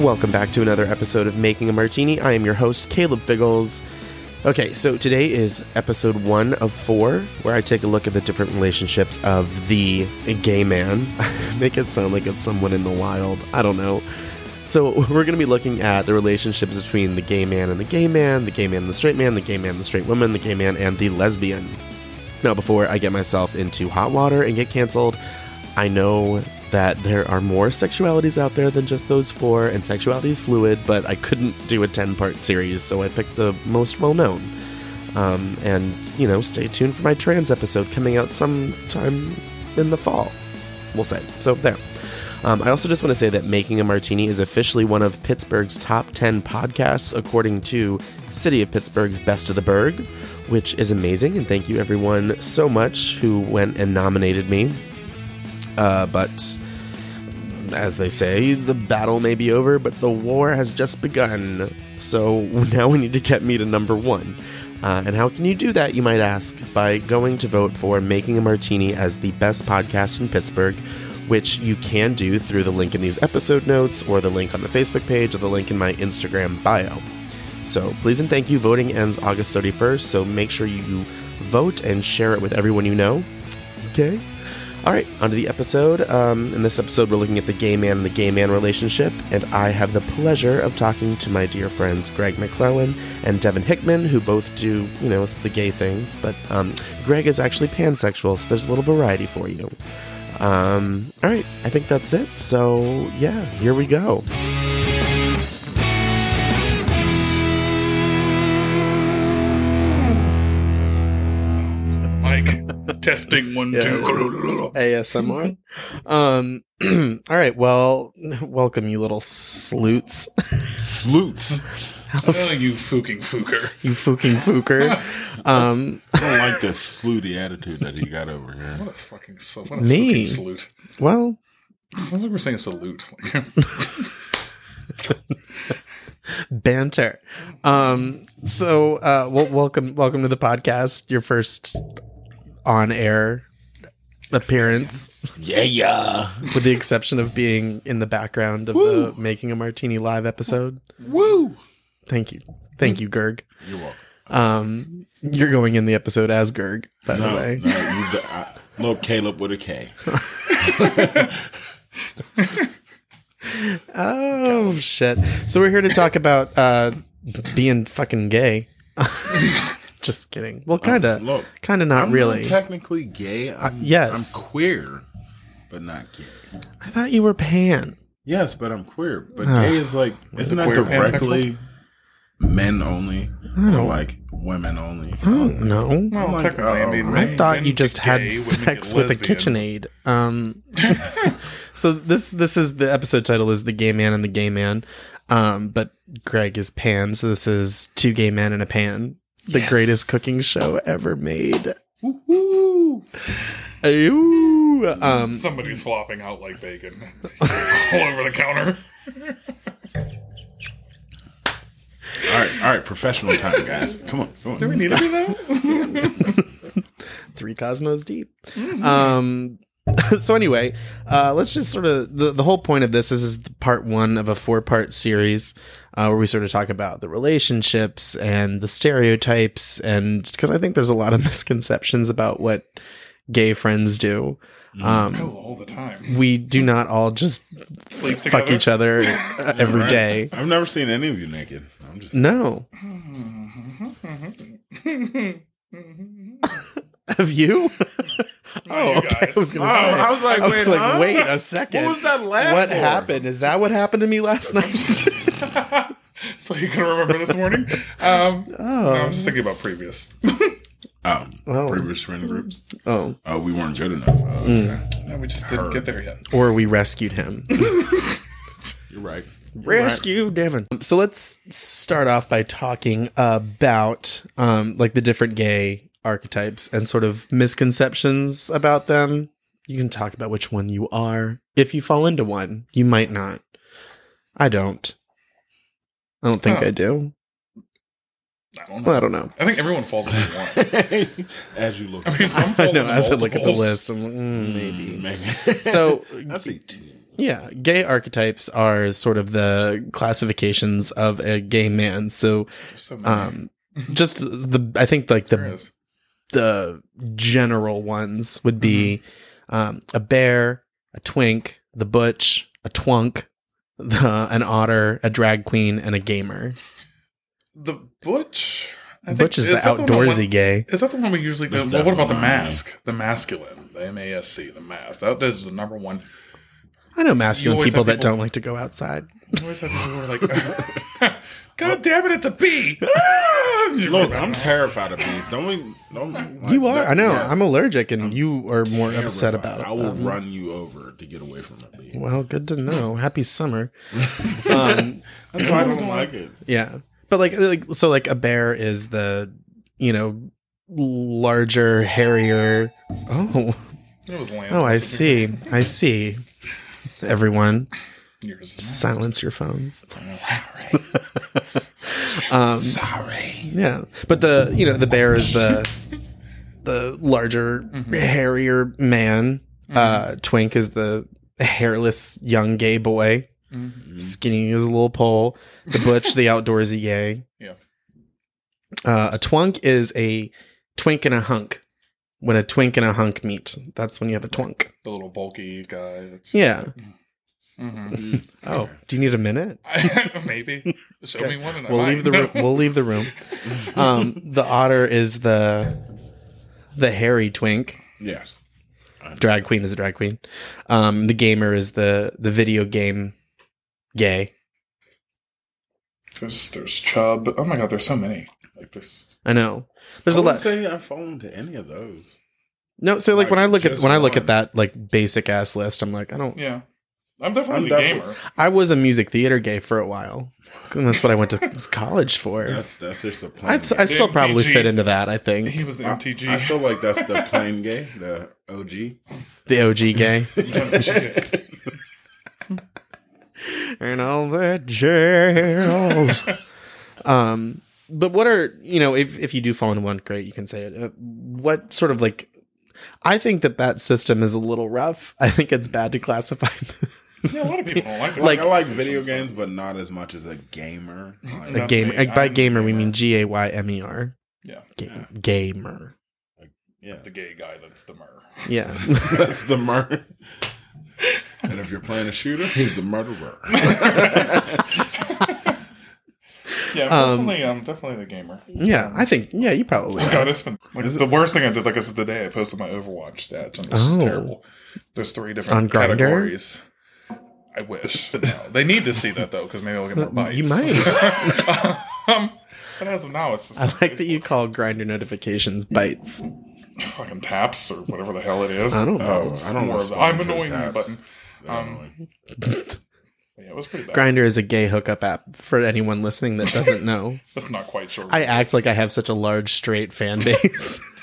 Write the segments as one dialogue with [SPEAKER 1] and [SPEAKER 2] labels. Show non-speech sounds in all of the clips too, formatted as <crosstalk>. [SPEAKER 1] Welcome back to another episode of Making a Martini. I am your host, Caleb Biggles. Okay, so today is episode one of four, where I take a look at the different relationships of the gay man. <laughs> Make it sound like it's someone in the wild. I don't know. So, <laughs> we're going to be looking at the relationships between the gay man and the gay man, the gay man and the straight man, the gay man and the straight woman, the gay man and the lesbian. Now, before I get myself into hot water and get canceled, I know that there are more sexualities out there than just those four, and sexuality is fluid, but I couldn't do a 10 part series, so I picked the most well known. Um, and, you know, stay tuned for my trans episode coming out sometime in the fall. We'll say. So, there. Um, I also just want to say that Making a Martini is officially one of Pittsburgh's top 10 podcasts, according to City of Pittsburgh's Best of the Berg, which is amazing. And thank you, everyone, so much who went and nominated me. Uh, but as they say, the battle may be over, but the war has just begun. So <laughs> now we need to get me to number one. Uh, and how can you do that, you might ask? By going to vote for Making a Martini as the best podcast in Pittsburgh, which you can do through the link in these episode notes, or the link on the Facebook page, or the link in my Instagram bio. So please and thank you. Voting ends August 31st, so make sure you vote and share it with everyone you know. Okay? All right, onto the episode. Um, in this episode, we're looking at the gay man and the gay man relationship, and I have the pleasure of talking to my dear friends Greg McClellan and Devin Hickman, who both do, you know, the gay things. But um, Greg is actually pansexual, so there's a little variety for you. Um, all right, I think that's it. So, yeah, here we go.
[SPEAKER 2] Like testing one,
[SPEAKER 1] Yeah.
[SPEAKER 2] two.
[SPEAKER 3] <laughs>
[SPEAKER 1] ASMR. um, <clears throat> all right, well, welcome, you little sleuts.
[SPEAKER 3] Sleuths.
[SPEAKER 2] Oh, you fucking fooker.
[SPEAKER 1] <laughs> you fucking <laughs> fooker. Um,
[SPEAKER 3] I don't like this sleuty attitude that he got over here.
[SPEAKER 2] What a fucking sl- what a
[SPEAKER 1] Me.
[SPEAKER 2] fucking salute.
[SPEAKER 1] Well,
[SPEAKER 2] Sounds like we're saying salute. <laughs>
[SPEAKER 1] banter. Um, so, uh, well, welcome, welcome to the podcast. Your first on-air appearance,
[SPEAKER 3] Yeah, yeah.
[SPEAKER 1] with the exception of being in the background of
[SPEAKER 3] Woo.
[SPEAKER 1] the Making a Martini live episode.
[SPEAKER 3] Woo.
[SPEAKER 1] Thank you, thank you, Gerg.
[SPEAKER 3] You're welcome.
[SPEAKER 1] Um, you're going in the episode as Gerg, by the
[SPEAKER 3] No, no,
[SPEAKER 1] way.
[SPEAKER 3] you, I, no Caleb with a K.
[SPEAKER 1] Oh shit! So we're here to talk about uh, being fucking gay. <laughs> Just kidding. Well, kind of,
[SPEAKER 3] Um, Look,
[SPEAKER 1] kind of not <laughs>
[SPEAKER 3] I'm
[SPEAKER 1] really. Uh,
[SPEAKER 3] not technically gay. I'm,
[SPEAKER 1] yes.
[SPEAKER 3] I'm queer, but not gay.
[SPEAKER 1] I thought you were pan.
[SPEAKER 3] Yes, but I'm queer. But
[SPEAKER 1] Ah.
[SPEAKER 3] gay is like, isn't that
[SPEAKER 2] queer
[SPEAKER 3] directly men only? Or
[SPEAKER 1] don't-
[SPEAKER 3] like women only?
[SPEAKER 1] Oh no.
[SPEAKER 2] well,
[SPEAKER 3] like,
[SPEAKER 2] technically, I mean,
[SPEAKER 3] oh,
[SPEAKER 1] I
[SPEAKER 2] men
[SPEAKER 1] thought you
[SPEAKER 2] get
[SPEAKER 1] just had
[SPEAKER 2] gay, women get
[SPEAKER 1] sex with a
[SPEAKER 2] lesbian.
[SPEAKER 1] KitchenAid.
[SPEAKER 2] <laughs>
[SPEAKER 1] Um, <laughs> so this this is the episode title is the gay man and the gay man, um, but Greg is pan. So this is two gay men in a pan, the greatest cooking show ever made.
[SPEAKER 3] Woo.
[SPEAKER 1] Ew. Um,
[SPEAKER 2] Somebody's flopping out
[SPEAKER 1] <laughs>
[SPEAKER 2] like bacon <laughs> all over the counter.
[SPEAKER 3] All right, all right, professional time, guys. Come on, come on.
[SPEAKER 2] Do we need to do that? <laughs>
[SPEAKER 1] three cosmos deep. Um, <laughs> so anyway, uh, let's just sort of the, the whole point of this is, is the part one of a four part series uh, where we sort of talk about the relationships and the stereotypes and because I think there's a lot of <laughs> misconceptions about what gay friends do. Um,
[SPEAKER 2] Oh, all the time.
[SPEAKER 1] we do not all just
[SPEAKER 2] Sleep together.
[SPEAKER 1] fuck each other <laughs> uh, every
[SPEAKER 3] Right?
[SPEAKER 1] day.
[SPEAKER 3] I've never seen any of you naked. I'm just
[SPEAKER 1] No, <laughs> have you? <laughs>
[SPEAKER 2] you
[SPEAKER 1] I
[SPEAKER 2] guys.
[SPEAKER 1] was gonna
[SPEAKER 3] Oh,
[SPEAKER 1] say.
[SPEAKER 3] I was
[SPEAKER 1] I
[SPEAKER 3] like,
[SPEAKER 1] was
[SPEAKER 3] wait,
[SPEAKER 1] like,
[SPEAKER 3] huh?
[SPEAKER 1] wait a second.
[SPEAKER 3] What was that laugh
[SPEAKER 1] What
[SPEAKER 3] for?
[SPEAKER 1] happened? Is that what happened to me last night?
[SPEAKER 2] <laughs>
[SPEAKER 1] <laughs>
[SPEAKER 2] so you can remember this morning. Um, no, I'm just thinking about previous.
[SPEAKER 3] Um,
[SPEAKER 1] Oh.
[SPEAKER 3] previous friend groups.
[SPEAKER 1] oh, mm.
[SPEAKER 3] Oh, we weren't good enough. Oh, okay.
[SPEAKER 2] no, we just didn't get there yet.
[SPEAKER 1] or we rescued
[SPEAKER 3] <laughs>
[SPEAKER 1] him.
[SPEAKER 3] You're right. <laughs> You're
[SPEAKER 1] Rescue Devin. Um, So let's start off by talking about um, like the different gay archetypes and sort of misconceptions about them. You can talk about which one you are. If you fall into one, you might not. I don't. I don't think
[SPEAKER 2] Oh.
[SPEAKER 1] I do.
[SPEAKER 2] I don't know.
[SPEAKER 1] Well, I don't know.
[SPEAKER 2] I think everyone falls into
[SPEAKER 1] <laughs>
[SPEAKER 2] one.
[SPEAKER 3] right. As you look, <laughs>
[SPEAKER 2] I mean, some fall
[SPEAKER 1] I know.
[SPEAKER 2] into
[SPEAKER 1] As I look at the
[SPEAKER 2] multiples. <laughs>
[SPEAKER 3] <laughs>
[SPEAKER 1] list, I'm like, mm, maybe.
[SPEAKER 3] maybe.
[SPEAKER 1] mm, So
[SPEAKER 3] I see two.
[SPEAKER 1] Yeah, gay archetypes are sort of the classifications of a gay man. So,
[SPEAKER 2] So many.
[SPEAKER 1] um, just the I think like
[SPEAKER 2] there
[SPEAKER 1] the
[SPEAKER 2] Mm-hmm. is.
[SPEAKER 1] the general ones would be
[SPEAKER 2] Mm-hmm.
[SPEAKER 1] um, a bear, a twink, the butch, a twunk, <laughs> the, an otter, a drag queen, and a gamer.
[SPEAKER 2] The butch. I think-
[SPEAKER 1] butch is, the
[SPEAKER 2] that one that
[SPEAKER 1] outdoorsy
[SPEAKER 2] went-
[SPEAKER 1] gay.
[SPEAKER 2] Is that the one we usually go?
[SPEAKER 3] That's
[SPEAKER 2] Well, what about the
[SPEAKER 3] definitely-
[SPEAKER 2] mask? The masculine, the M A S C, the mask. That is the number one.
[SPEAKER 1] I know masculine
[SPEAKER 2] always
[SPEAKER 1] people
[SPEAKER 2] have
[SPEAKER 1] that
[SPEAKER 2] people-
[SPEAKER 1] don't like to go outside.
[SPEAKER 2] You always have people who are like, <laughs> "God damn it, it's
[SPEAKER 1] <laughs>
[SPEAKER 2] a bee!"
[SPEAKER 3] Look, I'm terrified of bees. Don't we? Don't
[SPEAKER 1] you are. I know.
[SPEAKER 3] Yeah.
[SPEAKER 1] I'm allergic, and you are more
[SPEAKER 3] Terrified.
[SPEAKER 1] upset about it.
[SPEAKER 3] I will
[SPEAKER 1] Um,
[SPEAKER 3] run you over to get away from a bee.
[SPEAKER 1] Well, good to
[SPEAKER 3] <laughs>
[SPEAKER 1] know. Happy summer. um,
[SPEAKER 3] That's why I don't like it.
[SPEAKER 1] yeah, but like, like, so like a bear is the you know larger, hairier. <laughs> Oh,
[SPEAKER 2] It was Lance.
[SPEAKER 1] oh, I
[SPEAKER 2] Wasn't
[SPEAKER 1] see. I see. Everyone,
[SPEAKER 2] it? Yours is
[SPEAKER 1] silence your phones. <laughs>
[SPEAKER 2] Sorry.
[SPEAKER 1] Um,
[SPEAKER 2] Sorry.
[SPEAKER 1] yeah, but the you know the bear is
[SPEAKER 3] <laughs>
[SPEAKER 1] the the larger,
[SPEAKER 3] Mm-hmm.
[SPEAKER 1] hairier man. Uh, Twink is the hairless young gay boy.
[SPEAKER 3] Mm-hmm.
[SPEAKER 1] Skinny as a little pole. The butch, the outdoorsy yay.
[SPEAKER 2] Yeah.
[SPEAKER 1] Uh, a twunk is a twink and a hunk. When a twink and a hunk meet, that's when you have a twunk.
[SPEAKER 2] The little bulky guy. That's,
[SPEAKER 1] Yeah.
[SPEAKER 2] hmm
[SPEAKER 1] Oh, do you need a minute?
[SPEAKER 2] <laughs> Maybe. Show me one and I
[SPEAKER 1] We'll leave the
[SPEAKER 3] <laughs>
[SPEAKER 1] room.
[SPEAKER 2] <laughs>
[SPEAKER 1] We'll leave the room. Um, the otter is the the hairy twink.
[SPEAKER 3] Yes.
[SPEAKER 1] Drag queen is a drag queen. Um, the gamer is the the video game gay.
[SPEAKER 2] There's, there's Chubb. Oh my god, there's so many. Like this.
[SPEAKER 1] I know. There's
[SPEAKER 3] I
[SPEAKER 1] a
[SPEAKER 3] wouldn't
[SPEAKER 1] lot.
[SPEAKER 3] Say I fall into any of those.
[SPEAKER 1] No, so like when I
[SPEAKER 3] Like,
[SPEAKER 1] look at
[SPEAKER 3] just
[SPEAKER 1] when I look at
[SPEAKER 3] one.
[SPEAKER 1] that like basic ass list, I'm like, I don't.
[SPEAKER 2] Yeah. I'm definitely
[SPEAKER 3] I'm
[SPEAKER 2] a
[SPEAKER 3] defi-
[SPEAKER 2] gamer.
[SPEAKER 1] I was a music theater gay for a while, and that's what I went
[SPEAKER 2] <laughs>
[SPEAKER 1] to college for.
[SPEAKER 3] That's that's just a plain.
[SPEAKER 1] I, I still
[SPEAKER 2] MTG.
[SPEAKER 1] probably fit into that. I
[SPEAKER 2] He <laughs>
[SPEAKER 1] think
[SPEAKER 2] was the
[SPEAKER 3] I-
[SPEAKER 2] MTG.
[SPEAKER 3] I feel like that's the
[SPEAKER 1] <laughs>
[SPEAKER 3] plain gay, the OG.
[SPEAKER 1] the OG gay
[SPEAKER 2] That's
[SPEAKER 1] and all the
[SPEAKER 2] <laughs>
[SPEAKER 1] jails. um, but what are you know if if you do fall into one, great, you can say it. Uh, what sort of like? I think that that system is a little rough. I think it's bad to classify. <laughs>
[SPEAKER 2] yeah, a <laughs> lot of people don't like that.
[SPEAKER 1] Like-
[SPEAKER 3] I like video games, but not as much as a gamer. Like,
[SPEAKER 1] a
[SPEAKER 2] That's
[SPEAKER 1] gamer. uh,
[SPEAKER 2] me.
[SPEAKER 1] By
[SPEAKER 2] I'm a
[SPEAKER 1] gamer, we
[SPEAKER 2] gamer.
[SPEAKER 1] mean G A Y M E R.
[SPEAKER 2] Yeah.
[SPEAKER 1] Ga- Gamer.
[SPEAKER 3] yeah,
[SPEAKER 2] the gay guy that's the murr.
[SPEAKER 1] Yeah. <laughs>
[SPEAKER 3] that's the murder. and if you're playing a shooter, he's
[SPEAKER 1] <laughs>
[SPEAKER 3] the murderer.
[SPEAKER 2] <laughs> Yeah,
[SPEAKER 1] Um,
[SPEAKER 2] definitely. I'm definitely the gamer.
[SPEAKER 1] yeah. I think. Yeah. You probably.
[SPEAKER 2] God, it's been like the worst thing I did. Like I said today, I posted my Overwatch stats, and it's
[SPEAKER 1] Oh.
[SPEAKER 2] just terrible. There's three
[SPEAKER 1] On
[SPEAKER 2] different
[SPEAKER 1] Grindr?
[SPEAKER 2] categories. I wish No, they need to see that though, because maybe I'll get more
[SPEAKER 1] <laughs>
[SPEAKER 2] bites.
[SPEAKER 1] You might.
[SPEAKER 2] <laughs> um, but as of now, it's just
[SPEAKER 1] I like that you call grinder notifications bites.
[SPEAKER 2] fucking taps or whatever the hell it is.
[SPEAKER 1] I don't know.
[SPEAKER 3] Oh,
[SPEAKER 2] It's
[SPEAKER 3] I don't
[SPEAKER 2] more
[SPEAKER 3] want
[SPEAKER 2] of
[SPEAKER 3] to.
[SPEAKER 2] the I'm annoying you button.
[SPEAKER 3] Um,
[SPEAKER 2] But yeah, it was pretty bad.
[SPEAKER 1] Grinder is a gay hookup app for anyone listening that doesn't know.
[SPEAKER 2] That's not quite sure.
[SPEAKER 1] I act like I have such a large straight fan base. <laughs>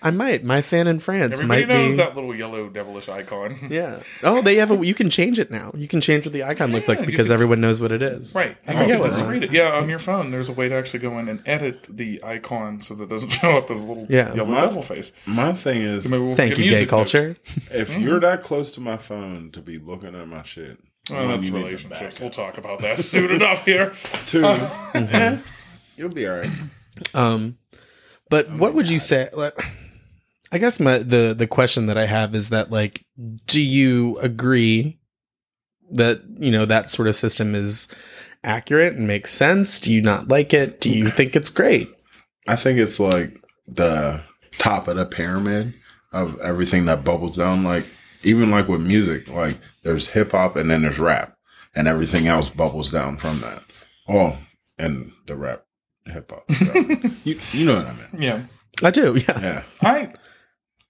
[SPEAKER 1] I might. My fan in France
[SPEAKER 2] Everybody
[SPEAKER 1] might
[SPEAKER 2] knows
[SPEAKER 1] be.
[SPEAKER 2] that little yellow devilish icon. <laughs>
[SPEAKER 1] Yeah. Oh, they have a. You can change it now. You can change what the icon looks
[SPEAKER 2] Yeah,
[SPEAKER 1] like
[SPEAKER 2] you
[SPEAKER 1] because
[SPEAKER 2] can-
[SPEAKER 1] everyone knows what it is.
[SPEAKER 2] Right. I
[SPEAKER 1] forget
[SPEAKER 2] forget
[SPEAKER 1] what
[SPEAKER 2] to just
[SPEAKER 1] it-
[SPEAKER 2] read it. Yeah, on your phone, there's a way to actually go in and edit the icon so that it doesn't <laughs> show up as a little
[SPEAKER 1] Yeah.
[SPEAKER 2] yellow
[SPEAKER 3] My-
[SPEAKER 2] devil face.
[SPEAKER 3] my thing is,
[SPEAKER 2] Maybe we'll
[SPEAKER 1] Thank
[SPEAKER 2] get
[SPEAKER 1] you, gay
[SPEAKER 2] music notes.
[SPEAKER 1] culture.
[SPEAKER 3] if
[SPEAKER 1] Mm-hmm.
[SPEAKER 3] you're that close to my phone to be looking at my shit,
[SPEAKER 2] Well,
[SPEAKER 3] one,
[SPEAKER 2] that's
[SPEAKER 3] you need to
[SPEAKER 2] relationships.
[SPEAKER 3] back
[SPEAKER 2] We'll talk about that <laughs> soon enough here.
[SPEAKER 3] up.
[SPEAKER 1] <laughs>
[SPEAKER 3] Two, eh, you'll be all right.
[SPEAKER 1] Um, but
[SPEAKER 2] Oh
[SPEAKER 1] what would you say? Like, I guess my the the question that I have is that like, do you agree that you know that sort of system is accurate and makes sense? Do you not like it? Do you think it's great?
[SPEAKER 3] I think it's like the top of the pyramid of everything that bubbles down. Like even like with music, like there's hip hop and then there's rap, and everything else bubbles down from that. Oh, and the rap, hip hop.
[SPEAKER 2] <laughs>
[SPEAKER 3] rap. you you know what I mean?
[SPEAKER 2] Yeah.
[SPEAKER 1] I do. Yeah.
[SPEAKER 3] Yeah.
[SPEAKER 2] I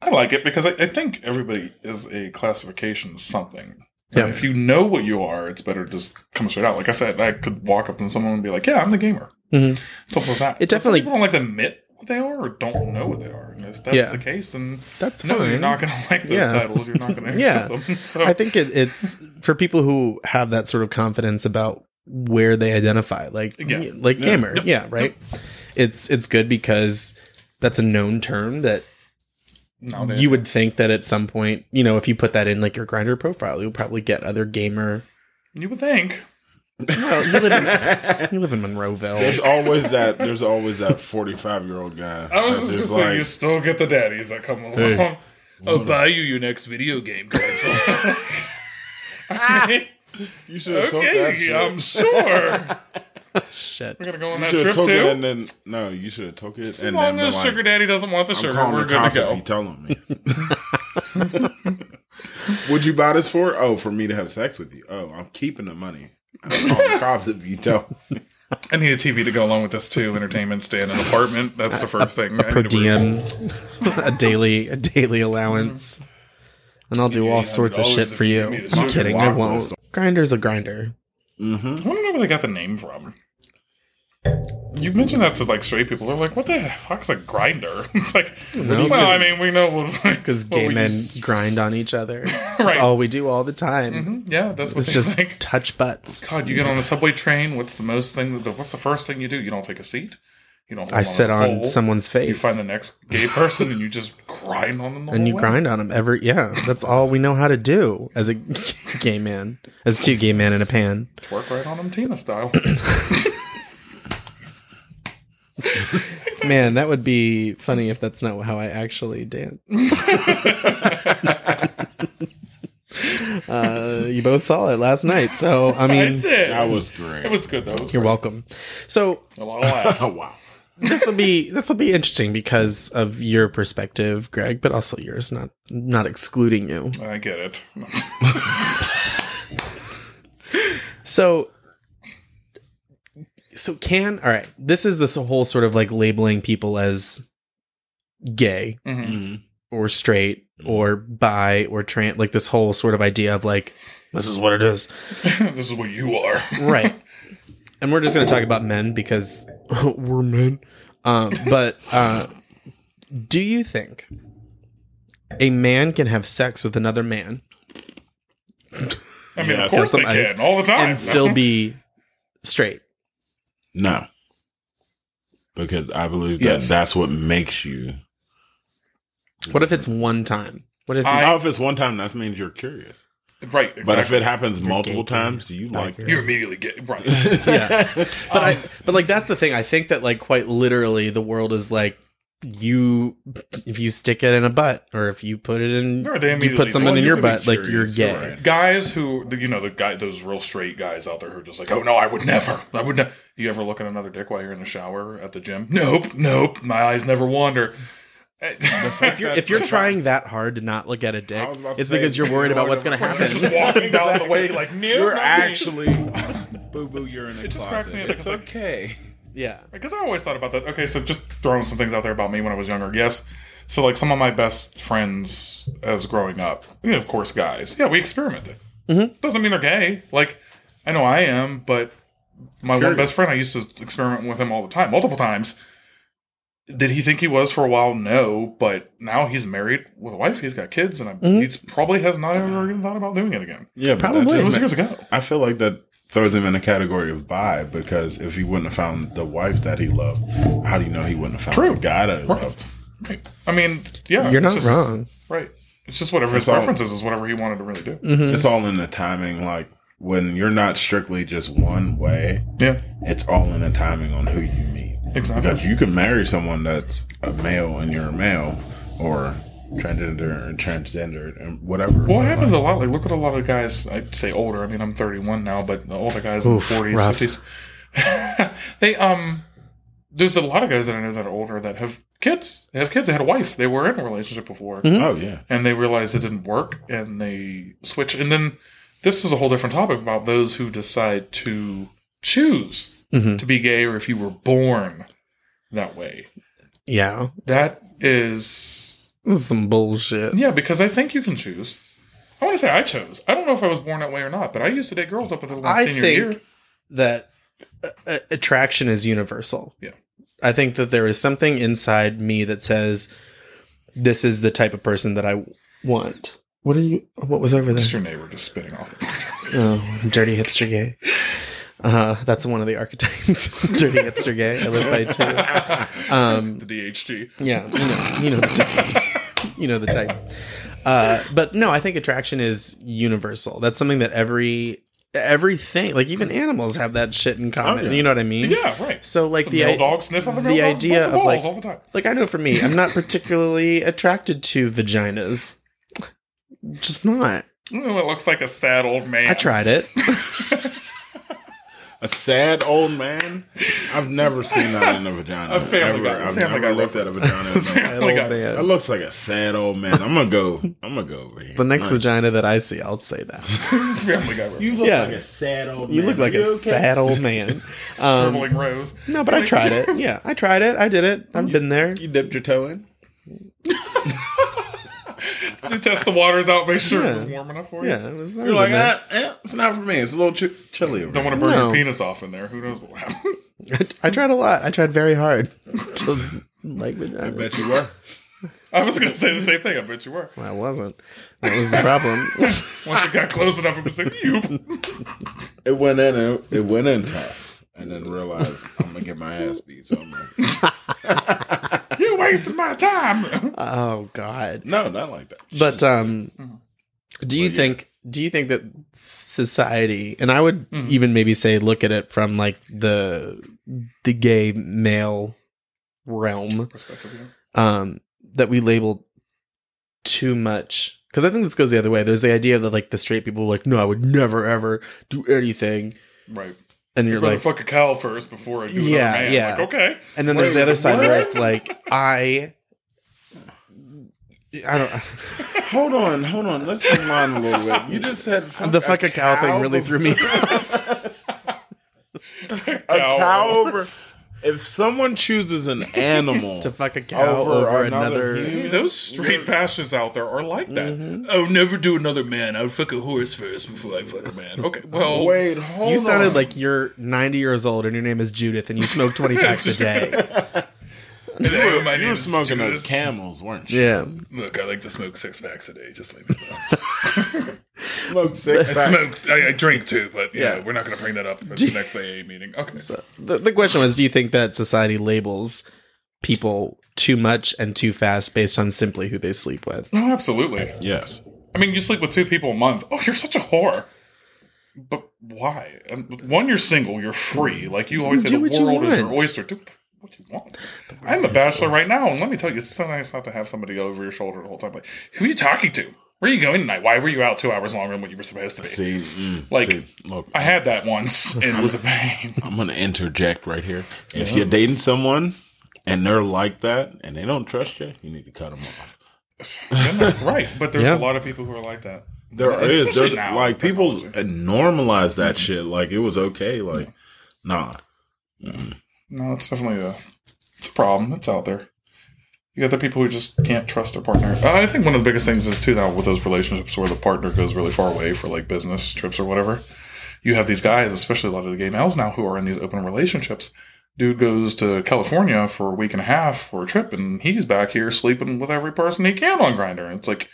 [SPEAKER 2] I like it because I, I think everybody is a classification of something.
[SPEAKER 1] Yeah.
[SPEAKER 2] If you know what you are, it's better to just come straight out. Like I said, I could walk up to someone and be like, "Yeah, I'm the gamer."
[SPEAKER 1] Mhm.
[SPEAKER 2] Simple as that.
[SPEAKER 1] It definitely-
[SPEAKER 2] Some people don't like to admit what they are or don't know what they are. And if that's
[SPEAKER 1] Yeah.
[SPEAKER 2] the case, then
[SPEAKER 1] That's
[SPEAKER 2] no,
[SPEAKER 1] fine.
[SPEAKER 2] you're not going to like those
[SPEAKER 1] Yeah.
[SPEAKER 2] titles. You're
[SPEAKER 1] <laughs>
[SPEAKER 2] not going to
[SPEAKER 1] Yeah.
[SPEAKER 2] accept them. So
[SPEAKER 1] I think it, it's for people who have that sort of confidence about where they identify, like
[SPEAKER 2] Yeah.
[SPEAKER 1] y- like
[SPEAKER 3] Yeah.
[SPEAKER 1] gamer, yeah, right. It's it's good because that's a known term that
[SPEAKER 2] nowadays.
[SPEAKER 1] you would think that at some point, you know, if you put that in like your grinder profile, you'll probably get other gamer.
[SPEAKER 2] You would think.
[SPEAKER 1] Well, you live in, you live in
[SPEAKER 3] There's
[SPEAKER 1] Monroeville.
[SPEAKER 3] always that. There's always that 45 year old guy.
[SPEAKER 2] I was
[SPEAKER 3] that's
[SPEAKER 2] just gonna say you still get the daddies that come along.
[SPEAKER 1] Hey.
[SPEAKER 2] <laughs> I'll buy you your next video game <laughs> console. I mean,
[SPEAKER 3] you should have talked that
[SPEAKER 2] okay,
[SPEAKER 3] shit.
[SPEAKER 2] I'm <laughs> sure.
[SPEAKER 1] Shit.
[SPEAKER 2] We're gonna go on
[SPEAKER 3] you
[SPEAKER 2] that
[SPEAKER 3] should have
[SPEAKER 2] trip
[SPEAKER 3] took it
[SPEAKER 2] too.
[SPEAKER 3] and then no, you should have took it
[SPEAKER 2] As
[SPEAKER 3] and then
[SPEAKER 2] long
[SPEAKER 3] been
[SPEAKER 2] as
[SPEAKER 3] like,
[SPEAKER 2] sugar daddy doesn't want the
[SPEAKER 3] I'm
[SPEAKER 2] sugar,
[SPEAKER 3] calling
[SPEAKER 2] we're
[SPEAKER 3] the
[SPEAKER 2] good
[SPEAKER 3] cops
[SPEAKER 2] to
[SPEAKER 3] if you
[SPEAKER 2] go.
[SPEAKER 3] tell on me. <laughs> Would you buy this for? Oh, for me to have sex with you. Oh, I'm keeping the money. I'll call the cops if you tell.
[SPEAKER 2] I need a TV to go along with this too. Entertainment stand, an apartment. That's the first thing.
[SPEAKER 1] A
[SPEAKER 2] I
[SPEAKER 1] per
[SPEAKER 2] need to work-
[SPEAKER 1] diem, a daily, a daily allowance, and I'll do all sorts of shit for you. I'm kidding. I won't. Grinder's a grinder.
[SPEAKER 3] Mm-hmm.
[SPEAKER 2] I wonder where they got the name from. You mentioned that to like straight people. They're like, "What the fuck's a grinder?" <laughs> It's like,
[SPEAKER 1] No,
[SPEAKER 2] well, I mean, we know
[SPEAKER 1] Because
[SPEAKER 2] what <laughs>
[SPEAKER 1] gay
[SPEAKER 2] we
[SPEAKER 1] men
[SPEAKER 2] use-
[SPEAKER 1] grind on each
[SPEAKER 2] <laughs>
[SPEAKER 1] other.
[SPEAKER 2] Right.
[SPEAKER 1] That's all we do all the time.
[SPEAKER 2] Mhm, Yeah, that's what
[SPEAKER 1] It's
[SPEAKER 2] they
[SPEAKER 1] just
[SPEAKER 2] <laughs> think.
[SPEAKER 1] touch butts.
[SPEAKER 2] God, you get on a subway train. What's the most thing? That the, what's the first thing you do? You don't take a seat. You don't.
[SPEAKER 1] I sit
[SPEAKER 2] a
[SPEAKER 1] on
[SPEAKER 2] pole.
[SPEAKER 1] someone's
[SPEAKER 2] You
[SPEAKER 1] face
[SPEAKER 2] find the next gay
[SPEAKER 1] <laughs>
[SPEAKER 2] person and you just grind on them. The
[SPEAKER 1] and you
[SPEAKER 2] whole way.
[SPEAKER 1] grind on them every. Yeah, that's all we know how to do as a <laughs> gay man, as two gay men in a pan.
[SPEAKER 2] Twerk right on them,
[SPEAKER 1] <clears throat>
[SPEAKER 2] Tina style.
[SPEAKER 1] Man, that would be funny if that's not how I actually dance. uh, you both saw it last night, so I
[SPEAKER 2] I
[SPEAKER 1] mean,
[SPEAKER 2] did.
[SPEAKER 3] That was great.
[SPEAKER 2] It was good though. It was
[SPEAKER 1] you're
[SPEAKER 2] great.
[SPEAKER 1] welcome. So
[SPEAKER 2] A lot of laughs.
[SPEAKER 3] oh wow.
[SPEAKER 1] this will be this will be interesting because of your perspective, Greg, but also yours. Not not excluding you.
[SPEAKER 2] I get it. <laughs>
[SPEAKER 1] So, so can all right. This is this whole sort of like labeling people as gay
[SPEAKER 2] Mhm.
[SPEAKER 3] Mm-hmm.
[SPEAKER 1] or straight or bi or trans. Like this whole sort of idea of like this is what it is,
[SPEAKER 2] <laughs> this is what you are.
[SPEAKER 3] <laughs>
[SPEAKER 1] right? and we're just going to talk about men because <laughs> we're men. Um, but uh, do you think a man can have sex with another man
[SPEAKER 2] I mean,
[SPEAKER 3] Yeah,
[SPEAKER 2] of course they
[SPEAKER 1] sometimes.
[SPEAKER 2] can all the
[SPEAKER 3] Oh,
[SPEAKER 2] time.
[SPEAKER 1] and still be straight?
[SPEAKER 3] No. Because I believe that
[SPEAKER 2] Yes.
[SPEAKER 3] that's what makes you.
[SPEAKER 1] What if it's one time? What if
[SPEAKER 2] I-
[SPEAKER 3] oh, if it's one time, that means you're curious.
[SPEAKER 2] right. Exactly.
[SPEAKER 3] But if it happens
[SPEAKER 1] You're
[SPEAKER 3] multiple
[SPEAKER 1] gay,
[SPEAKER 3] times,
[SPEAKER 1] gay,
[SPEAKER 3] you
[SPEAKER 1] not
[SPEAKER 3] like
[SPEAKER 1] gay.
[SPEAKER 3] it. <laughs>
[SPEAKER 2] you immediately get right.
[SPEAKER 1] Yeah. <laughs> but
[SPEAKER 3] Um,
[SPEAKER 1] I but like that's the thing. I think that like quite literally the world is like you if you stick it in a butt or if you put it in
[SPEAKER 2] Or they
[SPEAKER 1] you put
[SPEAKER 2] immediately-
[SPEAKER 1] something
[SPEAKER 2] well,
[SPEAKER 1] in
[SPEAKER 3] you
[SPEAKER 1] your
[SPEAKER 3] could be
[SPEAKER 1] butt like you're
[SPEAKER 3] curious,
[SPEAKER 1] gay.
[SPEAKER 3] you're right.
[SPEAKER 2] guys who the- you know the guy those real straight guys out there who are just like oh no i would never i would never you ever look at another dick while you're in the shower at the gym nope nope my eyes never wander
[SPEAKER 1] If you're if you're trying that hard to not look at a dick,
[SPEAKER 3] I was about to
[SPEAKER 1] it's
[SPEAKER 3] say,
[SPEAKER 1] because you're worried about
[SPEAKER 3] you're
[SPEAKER 1] what's going to
[SPEAKER 3] worried about-
[SPEAKER 1] happen.
[SPEAKER 3] <laughs>
[SPEAKER 2] just walking down the way like no,
[SPEAKER 3] You're
[SPEAKER 2] not me.
[SPEAKER 3] <laughs> actually boo boo. You're in a
[SPEAKER 2] It just cracks
[SPEAKER 3] closet.
[SPEAKER 2] me up
[SPEAKER 3] It's
[SPEAKER 2] because, like-
[SPEAKER 3] okay.
[SPEAKER 1] Yeah.
[SPEAKER 2] Because I always thought about that. Okay, so just throwing some things out there about me when I was younger. Yes. So, like, some of my best friends as growing up, you know, of course, guys. Yeah, we experimented.
[SPEAKER 1] Mhm.
[SPEAKER 2] Doesn't mean they're gay. Like, I know I am, but my one
[SPEAKER 3] Curious.
[SPEAKER 2] best friend, I used to experiment with him all the time, multiple times. Did he think he was for a while? No, but now he's married with a wife. He's got kids, and I,
[SPEAKER 1] Mhm.
[SPEAKER 2] he's probably has not ever even thought about doing it again.
[SPEAKER 3] Yeah, but that
[SPEAKER 1] Probably.
[SPEAKER 2] It
[SPEAKER 3] just
[SPEAKER 2] was
[SPEAKER 3] ma-
[SPEAKER 2] years ago.
[SPEAKER 3] I feel like that throws him in the category of bi because if he wouldn't have found the wife that he loved, how do you know he wouldn't have found
[SPEAKER 2] True.
[SPEAKER 3] the guy that he
[SPEAKER 2] Right.
[SPEAKER 3] loved?
[SPEAKER 2] Right. I mean, yeah,
[SPEAKER 1] You're not
[SPEAKER 2] it's just-
[SPEAKER 1] wrong.
[SPEAKER 2] Right. It's just whatever his
[SPEAKER 3] It's all-
[SPEAKER 2] preferences is, whatever he wanted to really do.
[SPEAKER 1] Mhm.
[SPEAKER 3] It's all in the timing. Like when you're not strictly just one way,
[SPEAKER 2] Yeah,
[SPEAKER 3] it's all in the timing on who you meet.
[SPEAKER 2] exactly.
[SPEAKER 3] Because you can marry someone that's a male and you're a male, or transgender and transgender and whatever.
[SPEAKER 2] Well, it
[SPEAKER 3] Like,
[SPEAKER 2] happens a lot. Like, look at a lot of guys. I'd say older. I mean, I'm 31 now, but the older guys in the
[SPEAKER 1] Oof,
[SPEAKER 2] 40s,
[SPEAKER 1] rough.
[SPEAKER 2] 50s. <laughs> they um, there's a lot of guys that I know that are older that have kids. They have kids. They had a wife. They were in a relationship before,
[SPEAKER 3] Oh yeah,
[SPEAKER 2] and they realized it didn't work, and they switch. And then this is a whole different topic about those who decide to choose
[SPEAKER 1] Mhm.
[SPEAKER 2] to be gay, or if you were born that way.
[SPEAKER 1] Yeah.
[SPEAKER 2] That is
[SPEAKER 1] This is some bullshit.
[SPEAKER 2] Yeah, because I think you can choose. I want to say I chose. I don't know if I was born that way or not, but I used to date girls up until my
[SPEAKER 1] I
[SPEAKER 2] senior
[SPEAKER 1] think
[SPEAKER 2] year.
[SPEAKER 1] that uh, uh, attraction is universal.
[SPEAKER 2] Yeah.
[SPEAKER 1] I think that there is something inside me that says this is the type of person that I want. What are you what was over
[SPEAKER 2] It's
[SPEAKER 1] there?
[SPEAKER 2] your neighbor just spitting off.
[SPEAKER 1] Oh, dirty hipster gay. Uh, that's one of the archetypes. <laughs> dirty hipster gay. I live by two.
[SPEAKER 2] the
[SPEAKER 1] <laughs> Um,
[SPEAKER 2] DHG.
[SPEAKER 1] yeah, you know, you know. the type. you know the type. Uh, but no, I think attraction is universal. That's something that every everything, like even animals, have that shit in common.
[SPEAKER 3] yeah.
[SPEAKER 1] You know what I mean?
[SPEAKER 2] Yeah, right.
[SPEAKER 1] So like
[SPEAKER 2] the,
[SPEAKER 1] the,
[SPEAKER 2] male
[SPEAKER 1] i-
[SPEAKER 2] dog sniff on the male
[SPEAKER 1] the
[SPEAKER 2] dog
[SPEAKER 1] idea
[SPEAKER 2] idea
[SPEAKER 1] of,
[SPEAKER 2] balls
[SPEAKER 1] like-
[SPEAKER 2] all the time.
[SPEAKER 1] like I know for me, I'm not
[SPEAKER 3] <laughs>
[SPEAKER 1] particularly attracted to vaginas. Just not.
[SPEAKER 2] Ooh, it looks like a sad old man.
[SPEAKER 1] I tried
[SPEAKER 3] <laughs>
[SPEAKER 1] it.
[SPEAKER 3] Oh A sad old man. I've never seen that in a
[SPEAKER 2] <laughs>
[SPEAKER 3] vagina.
[SPEAKER 2] A Family
[SPEAKER 3] Ever.
[SPEAKER 2] Guy-
[SPEAKER 3] I've
[SPEAKER 2] Family
[SPEAKER 3] never
[SPEAKER 2] Guy
[SPEAKER 3] looked at a vagina.
[SPEAKER 2] <laughs>
[SPEAKER 3] and been
[SPEAKER 2] Family
[SPEAKER 1] Old
[SPEAKER 2] Guy.
[SPEAKER 1] man.
[SPEAKER 3] Like, it looks like a sad old man. I'm gonna
[SPEAKER 1] <laughs>
[SPEAKER 3] go. I'm gonna go over here.
[SPEAKER 1] The next
[SPEAKER 3] Like,
[SPEAKER 1] vagina that I see, I'll say
[SPEAKER 3] <laughs>
[SPEAKER 1] that.
[SPEAKER 2] <laughs> Family Guy.
[SPEAKER 3] you look
[SPEAKER 1] Yeah.
[SPEAKER 3] like a sad old.
[SPEAKER 1] You
[SPEAKER 3] man.
[SPEAKER 1] look like
[SPEAKER 3] Are
[SPEAKER 1] a
[SPEAKER 3] you okay?
[SPEAKER 1] sad old
[SPEAKER 3] <laughs>
[SPEAKER 1] man. Um,
[SPEAKER 2] shriveling rose.
[SPEAKER 1] no, but I tried it. Yeah, I tried it. I did it. I've been there.
[SPEAKER 3] You dipped your toe in.
[SPEAKER 2] Just test the waters out, make sure
[SPEAKER 1] Yeah.
[SPEAKER 2] it was warm enough for you.
[SPEAKER 1] Yeah, it was, I
[SPEAKER 3] You're
[SPEAKER 1] was
[SPEAKER 3] like,
[SPEAKER 1] in there.
[SPEAKER 3] ah, eh, it's not for me. It's a little ch- chilly. Over
[SPEAKER 2] Don't
[SPEAKER 3] here."
[SPEAKER 2] want to burn
[SPEAKER 1] No.
[SPEAKER 2] your penis off in there. Who knows what will happen? <laughs>
[SPEAKER 1] I tried a lot. I tried very
[SPEAKER 3] <laughs>
[SPEAKER 1] hard to like vaginas.
[SPEAKER 3] I bet you were.
[SPEAKER 2] I was going to say the same thing. I bet you were.
[SPEAKER 1] I wasn't. That was the
[SPEAKER 3] <laughs>
[SPEAKER 1] problem.
[SPEAKER 2] Once it got close enough, it was like, you.
[SPEAKER 3] <laughs> It went in. It, it went in tough, and then realized I'm gonna get my ass beat. So I'm like,
[SPEAKER 2] You wasted my time. <laughs>
[SPEAKER 1] oh God.
[SPEAKER 3] <laughs> no, not like that.
[SPEAKER 1] But um, do you
[SPEAKER 3] Well, yeah.
[SPEAKER 1] think? Do you think that society, and I would even maybe say, look at it from like the the gay male realm,
[SPEAKER 2] Perspective, yeah.
[SPEAKER 1] um, that we label too much. Because I think this goes the other way. There's the idea that like the straight people, are like, no, I would never ever do anything,
[SPEAKER 2] Right.
[SPEAKER 1] and
[SPEAKER 2] You
[SPEAKER 1] you're
[SPEAKER 2] better
[SPEAKER 1] like,
[SPEAKER 2] fuck a cow first before I do another
[SPEAKER 1] Yeah,
[SPEAKER 2] man.
[SPEAKER 1] yeah.
[SPEAKER 2] Like, okay.
[SPEAKER 1] And then there's
[SPEAKER 3] Wait,
[SPEAKER 1] the other side where
[SPEAKER 3] what?
[SPEAKER 1] it's like I, I don't. <laughs>
[SPEAKER 3] Hold on, hold on. Let's rewind a little bit. You just said fuck
[SPEAKER 1] The fuck a cow, thing really threw me. <laughs>
[SPEAKER 3] A
[SPEAKER 1] <laughs>
[SPEAKER 3] cow over. If someone chooses an animal
[SPEAKER 1] to fuck a cow over, another.
[SPEAKER 2] Hey, those straight bashes out there are like that.
[SPEAKER 1] Mhm.
[SPEAKER 3] Mm-hmm.
[SPEAKER 2] Oh, never do another man. I'd fuck a horse first before I fuck a man.
[SPEAKER 3] <laughs>
[SPEAKER 2] Okay, well,
[SPEAKER 3] Wait, hold
[SPEAKER 1] you sounded
[SPEAKER 3] on.
[SPEAKER 1] like you're 90 years old and your name is Judith and you smoke 20 packs a
[SPEAKER 2] <laughs>
[SPEAKER 1] day.
[SPEAKER 2] Hello, my
[SPEAKER 3] you
[SPEAKER 2] name
[SPEAKER 3] were
[SPEAKER 2] is
[SPEAKER 3] smoking those
[SPEAKER 2] Judith.
[SPEAKER 3] camels, weren't you?
[SPEAKER 1] Yeah,
[SPEAKER 2] Look, I like to smoke six packs a day. Just leave me alone.
[SPEAKER 3] Smoke six
[SPEAKER 2] I <laughs>
[SPEAKER 3] packs.
[SPEAKER 2] smoke. I, I drink too, but yeah,
[SPEAKER 3] Yeah.
[SPEAKER 2] we're not going to bring that up at
[SPEAKER 3] <laughs>
[SPEAKER 2] the next AA meeting. Okay.
[SPEAKER 1] So the, the question was: Do you think that society labels people too much and too fast based on simply who they sleep with?
[SPEAKER 2] No, Oh, absolutely.
[SPEAKER 3] Yes.
[SPEAKER 2] I mean, you sleep with two people a month. Oh, you're such a whore. But why? Um, One, you're single. You're free. Like you always
[SPEAKER 1] You
[SPEAKER 2] say,
[SPEAKER 1] do
[SPEAKER 2] the
[SPEAKER 1] what you
[SPEAKER 2] world is your
[SPEAKER 1] want.
[SPEAKER 2] oyster. Do what the- what you want. I'm a bachelor right now, and let me tell you, it's so nice not to have somebody over your shoulder the whole time. Like, who are you talking to? Where are you going tonight? Why were you out two hours longer than what you were supposed to be?
[SPEAKER 3] See, mm,
[SPEAKER 2] Like,
[SPEAKER 3] see, look,
[SPEAKER 2] I had that
[SPEAKER 3] <laughs>
[SPEAKER 2] once, and it was a pain.
[SPEAKER 3] I'm gonna interject right here. If you're dating someone and they're like that and they don't trust you, you need to cut them off. <laughs>
[SPEAKER 2] right, but there's
[SPEAKER 1] Yeah.
[SPEAKER 2] a lot of people who are like that.
[SPEAKER 3] There is
[SPEAKER 2] Especially
[SPEAKER 3] There's
[SPEAKER 2] now
[SPEAKER 3] like
[SPEAKER 2] with
[SPEAKER 3] people
[SPEAKER 2] technology.
[SPEAKER 3] normalize that shit. Like it was okay. Like nah.
[SPEAKER 2] No, it's definitely a it's a problem. It's out there. You got the people who just can't trust their partner. Uh, I think one of the biggest things is too now with those relationships where the partner goes really far away for like business trips or whatever. You have these guys, especially a lot of the gay males now, who are in these open relationships. Dude goes to California for a week and a half for a trip, and he's back here sleeping with every person he can on Grinder. And it's like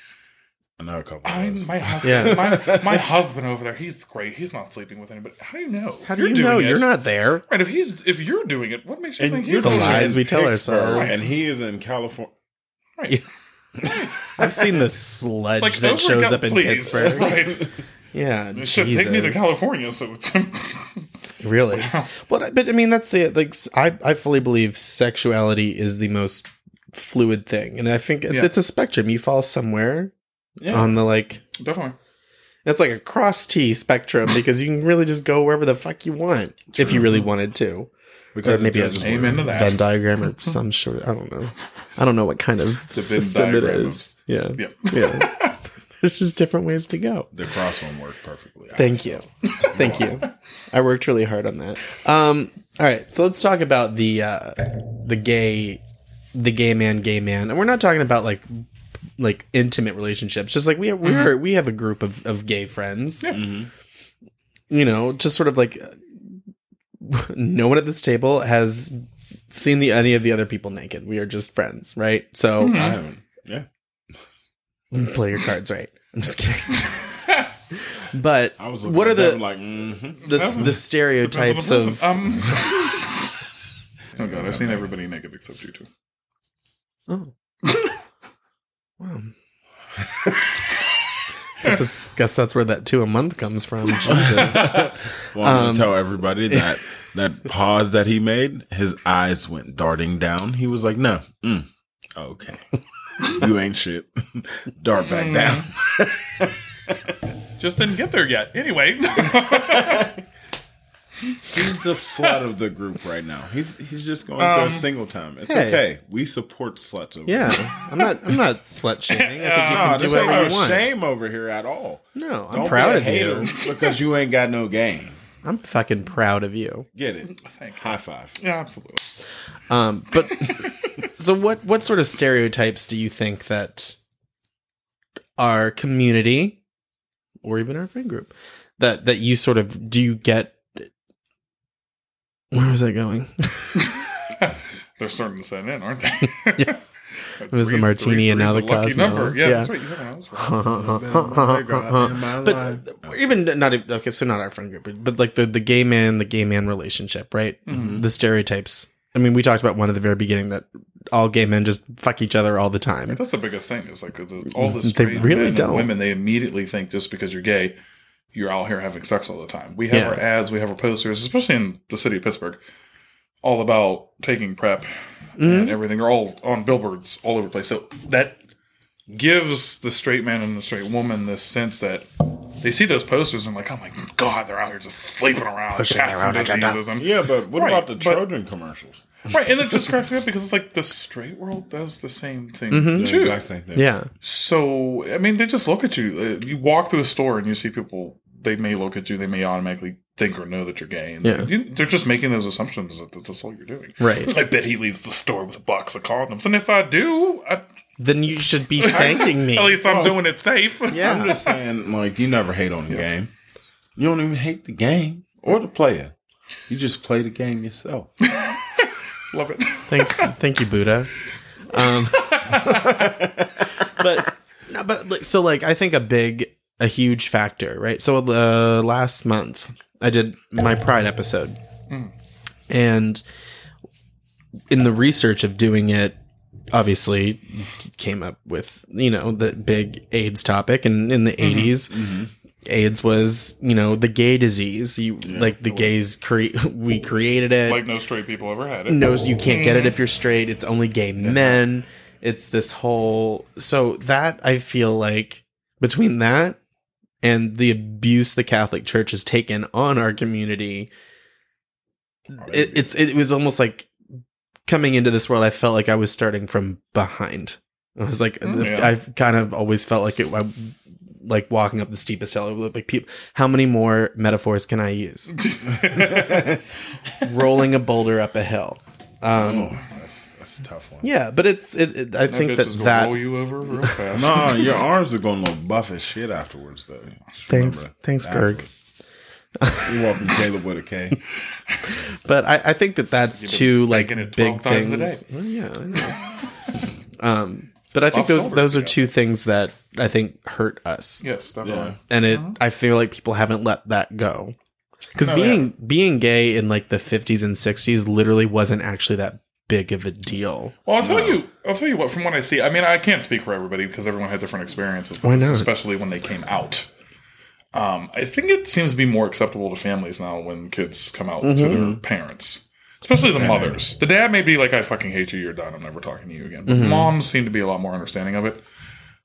[SPEAKER 3] I know a couple. Of
[SPEAKER 2] I'm
[SPEAKER 3] those.
[SPEAKER 2] my husband.
[SPEAKER 1] Yeah.
[SPEAKER 2] My, my husband over there, he's great. He's not sleeping with anybody. How do you know?
[SPEAKER 1] How do
[SPEAKER 2] You're
[SPEAKER 1] you know
[SPEAKER 2] doing
[SPEAKER 1] you're
[SPEAKER 2] it.
[SPEAKER 1] not there?
[SPEAKER 2] right? If he's if you're doing it, what makes you
[SPEAKER 3] and
[SPEAKER 2] think
[SPEAKER 3] you're
[SPEAKER 2] he's
[SPEAKER 1] the
[SPEAKER 2] doing it?
[SPEAKER 1] lies
[SPEAKER 3] in
[SPEAKER 1] we tell
[SPEAKER 3] Pittsburgh,
[SPEAKER 1] ourselves.
[SPEAKER 3] And he is in California.
[SPEAKER 2] Right.
[SPEAKER 1] I've seen the sludge
[SPEAKER 2] Like
[SPEAKER 1] that
[SPEAKER 2] those are
[SPEAKER 1] shows
[SPEAKER 2] cal-
[SPEAKER 1] up in
[SPEAKER 2] please.
[SPEAKER 1] Pittsburgh.
[SPEAKER 2] <laughs> Right.
[SPEAKER 1] Yeah,
[SPEAKER 2] It should take me to
[SPEAKER 1] Jesus.
[SPEAKER 2] California, so <laughs>
[SPEAKER 1] Really? But but I mean that's the like s- I I fully believe sexuality is the most fluid thing, and I think it-
[SPEAKER 2] Yeah.
[SPEAKER 1] it's a spectrum. You fall somewhere
[SPEAKER 3] <laughs> Yeah.
[SPEAKER 1] on the like.
[SPEAKER 2] definitely.
[SPEAKER 1] That's like a cross T spectrum because you can really just go wherever the fuck you want if you really wanted to.
[SPEAKER 3] because
[SPEAKER 1] maybe
[SPEAKER 3] if
[SPEAKER 1] a
[SPEAKER 3] you're just
[SPEAKER 2] Amen to
[SPEAKER 3] weird.
[SPEAKER 2] that.
[SPEAKER 1] Venn diagram or some sort. I don't know. I don't know what kind of
[SPEAKER 2] Venn
[SPEAKER 1] system it
[SPEAKER 2] diagram
[SPEAKER 1] is. Yeah,
[SPEAKER 2] Yeah. <laughs>
[SPEAKER 1] yeah. <laughs> There's just different ways to go.
[SPEAKER 3] The cross one worked perfectly.
[SPEAKER 1] Thank you. Thank you. I worked really hard on that. Um, all right, so let's talk about the uh, the gay the gay man gay man. And we're not talking about like like intimate relationships. Just like we have,
[SPEAKER 2] Mm-hmm.
[SPEAKER 1] we're we have a group of of gay friends.
[SPEAKER 2] Yeah.
[SPEAKER 3] Mhm.
[SPEAKER 1] You know, just sort of like no one at this table has seen the any of the other people naked. We are just friends, right? So
[SPEAKER 3] I haven't. Yeah, Hmm.
[SPEAKER 1] play your cards right. I'm just kidding. but
[SPEAKER 3] I was. Looking
[SPEAKER 1] what
[SPEAKER 3] at
[SPEAKER 1] are
[SPEAKER 3] them
[SPEAKER 1] the
[SPEAKER 3] like? mhm.
[SPEAKER 1] the, the stereotypes of
[SPEAKER 2] um.
[SPEAKER 3] <laughs>
[SPEAKER 2] oh god, I've seen everybody naked except you two.
[SPEAKER 1] Oh. Wow. guess, that's, guess that's where that two a month comes from.
[SPEAKER 3] <laughs>
[SPEAKER 1] Jesus.
[SPEAKER 3] Well, I'm
[SPEAKER 1] Um,
[SPEAKER 3] gonna tell
[SPEAKER 1] <laughs>
[SPEAKER 3] everybody that that pause that he made, his eyes went darting down. He was like, "No, mm, okay, you ain't shit." <laughs> Dart back
[SPEAKER 2] Mm.
[SPEAKER 3] down. <laughs>
[SPEAKER 2] Just didn't get there yet.
[SPEAKER 1] <laughs>
[SPEAKER 2] Anyway,
[SPEAKER 3] He's the slut of the group right now. He's he's just going
[SPEAKER 2] Um,
[SPEAKER 3] through a single time. It's
[SPEAKER 1] hey.
[SPEAKER 3] okay. We support sluts. Over
[SPEAKER 1] yeah,
[SPEAKER 3] Here.
[SPEAKER 1] I'm not. I'm not slut shaming. I think you
[SPEAKER 3] <laughs> No,
[SPEAKER 1] can do
[SPEAKER 3] this ain't
[SPEAKER 1] whatever
[SPEAKER 3] no
[SPEAKER 1] you want.
[SPEAKER 3] shame over here at all.
[SPEAKER 1] No, I'm
[SPEAKER 3] Don't be
[SPEAKER 1] proud
[SPEAKER 3] a
[SPEAKER 1] of you.
[SPEAKER 3] hater because you ain't got no game.
[SPEAKER 1] I'm fucking proud of you.
[SPEAKER 3] Get it?
[SPEAKER 2] Thank you.
[SPEAKER 3] High five.
[SPEAKER 2] yeah, absolutely.
[SPEAKER 1] Um, but so what? What sort of stereotypes do you think that our community, or even our friend group, that that you sort of do you get? Where was that going?
[SPEAKER 2] They're starting to set in, aren't they?
[SPEAKER 1] <laughs>
[SPEAKER 2] <laughs>
[SPEAKER 1] Yeah.
[SPEAKER 2] It
[SPEAKER 1] was the martini and now the Cosmo.
[SPEAKER 2] Yeah,
[SPEAKER 1] Yeah. Oh,
[SPEAKER 2] that's right. You never know. That's right.
[SPEAKER 1] <laughs> but or even not even- okay so not our friend group but, but like the, the gay man the gay man relationship right
[SPEAKER 2] Mhm.
[SPEAKER 1] the stereotypes i mean we talked about one at the very beginning that all gay men just fuck each other all the
[SPEAKER 2] I mean,
[SPEAKER 1] time
[SPEAKER 2] that's the biggest thing. Is like the, all the
[SPEAKER 1] They
[SPEAKER 2] straight
[SPEAKER 1] really
[SPEAKER 2] men and
[SPEAKER 1] don't.
[SPEAKER 2] women. They immediately think just because you're gay, you're out here having sex all the time. We have
[SPEAKER 1] Yeah.
[SPEAKER 2] our ads, we have our posters, especially in the city of Pittsburgh, all about taking prep
[SPEAKER 1] Mm-hmm.
[SPEAKER 2] and everything. They're all on billboards all over the place. So that gives the straight man and the straight woman this sense that they see those posters and like, oh my god, they're out here just sleeping around,
[SPEAKER 1] Pushing their own
[SPEAKER 2] passing
[SPEAKER 1] agenda.
[SPEAKER 2] diseases and
[SPEAKER 3] Yeah, but what
[SPEAKER 2] Right,
[SPEAKER 3] about the
[SPEAKER 2] but-
[SPEAKER 3] Trojan commercials?
[SPEAKER 2] right. And it just cracks me up because it's like the straight world does the same thing
[SPEAKER 1] Mhm.
[SPEAKER 2] too.
[SPEAKER 1] yeah
[SPEAKER 2] So, I mean, they just look at you. Uh, You walk through a store and you see people, they may look at you, they may automatically think or know that you're gay. And
[SPEAKER 1] Yeah.
[SPEAKER 2] you, they're just making those assumptions that that's all you're doing.
[SPEAKER 1] right
[SPEAKER 2] <laughs> I bet he leaves the store with a box of condoms. And if I do, I,
[SPEAKER 1] then you should be thanking
[SPEAKER 2] <laughs> at
[SPEAKER 1] me
[SPEAKER 2] least I'm doing it
[SPEAKER 1] <laughs>
[SPEAKER 2] safe.
[SPEAKER 3] I'm
[SPEAKER 1] yeah
[SPEAKER 3] just saying, like, you never hate on the game. You don't even hate the game or the player. You just play the game yourself.
[SPEAKER 2] <laughs> Love it.
[SPEAKER 1] thanks thank you buddha um but no but like so like i think a big a huge factor right so uh, last month i did my pride episode and in the research of doing it obviously came up with you know the big aids topic and in the 80s aids was you know the gay disease you like the gays cre- <laughs> we created it
[SPEAKER 2] Like no straight people ever had it.
[SPEAKER 1] knows you can't get it if you're straight. It's only gay men. It's this whole so that I feel like between that and the abuse the Catholic Church has taken on our community, <laughs> it, it's it was almost like coming into this world. I felt like I was starting from behind. I was like,
[SPEAKER 2] Mm, yeah.
[SPEAKER 1] I've kind of always felt like it. I, like walking up the steepest hill. Like people, how many more metaphors can I use? <laughs> Rolling a boulder up a hill. Um,
[SPEAKER 3] oh, that's, that's a tough one.
[SPEAKER 1] yeah, but it's it, it- I think
[SPEAKER 2] bitch
[SPEAKER 1] that
[SPEAKER 2] is gonna roll
[SPEAKER 1] that
[SPEAKER 2] you over
[SPEAKER 1] <laughs>
[SPEAKER 2] real fast.
[SPEAKER 3] No, your arms are going to look buff as shit afterwards, though. Just
[SPEAKER 1] Thanks-
[SPEAKER 3] remember
[SPEAKER 1] thanks,
[SPEAKER 3] that.
[SPEAKER 1] Gerg.
[SPEAKER 3] You're welcome, Caleb, with
[SPEAKER 1] <laughs>
[SPEAKER 3] a K.
[SPEAKER 1] but I, I think that that's
[SPEAKER 2] been
[SPEAKER 1] two like
[SPEAKER 2] thinking it
[SPEAKER 1] big
[SPEAKER 2] 12 times a
[SPEAKER 1] things. Well, yeah, I know.
[SPEAKER 2] <laughs>
[SPEAKER 1] um, but I think
[SPEAKER 2] Off
[SPEAKER 1] those
[SPEAKER 2] shoulder,
[SPEAKER 1] those are
[SPEAKER 2] yeah.
[SPEAKER 1] two things that I think hurt us,
[SPEAKER 2] Yes, definitely.
[SPEAKER 3] Yeah.
[SPEAKER 1] and
[SPEAKER 2] Uh-huh.
[SPEAKER 1] it I feel like people haven't let that go because
[SPEAKER 2] No, they
[SPEAKER 1] being being gay in like the fifties and sixties literally wasn't actually that big of a deal.
[SPEAKER 2] Well, I'll tell you. I'll tell you what. From what I see, I mean, I can't speak for everybody because everyone had different experiences. With
[SPEAKER 1] Why
[SPEAKER 2] this,
[SPEAKER 1] not?
[SPEAKER 2] Especially when they came out. Um, I think it seems to be more acceptable to families now when kids come out to
[SPEAKER 1] Mm-hmm.
[SPEAKER 2] their parents, especially the mothers. The dad may be like, "I fucking hate you. You're done. I'm never talking to you again."
[SPEAKER 1] Mm-hmm.
[SPEAKER 2] But moms seem to be a lot more understanding of it.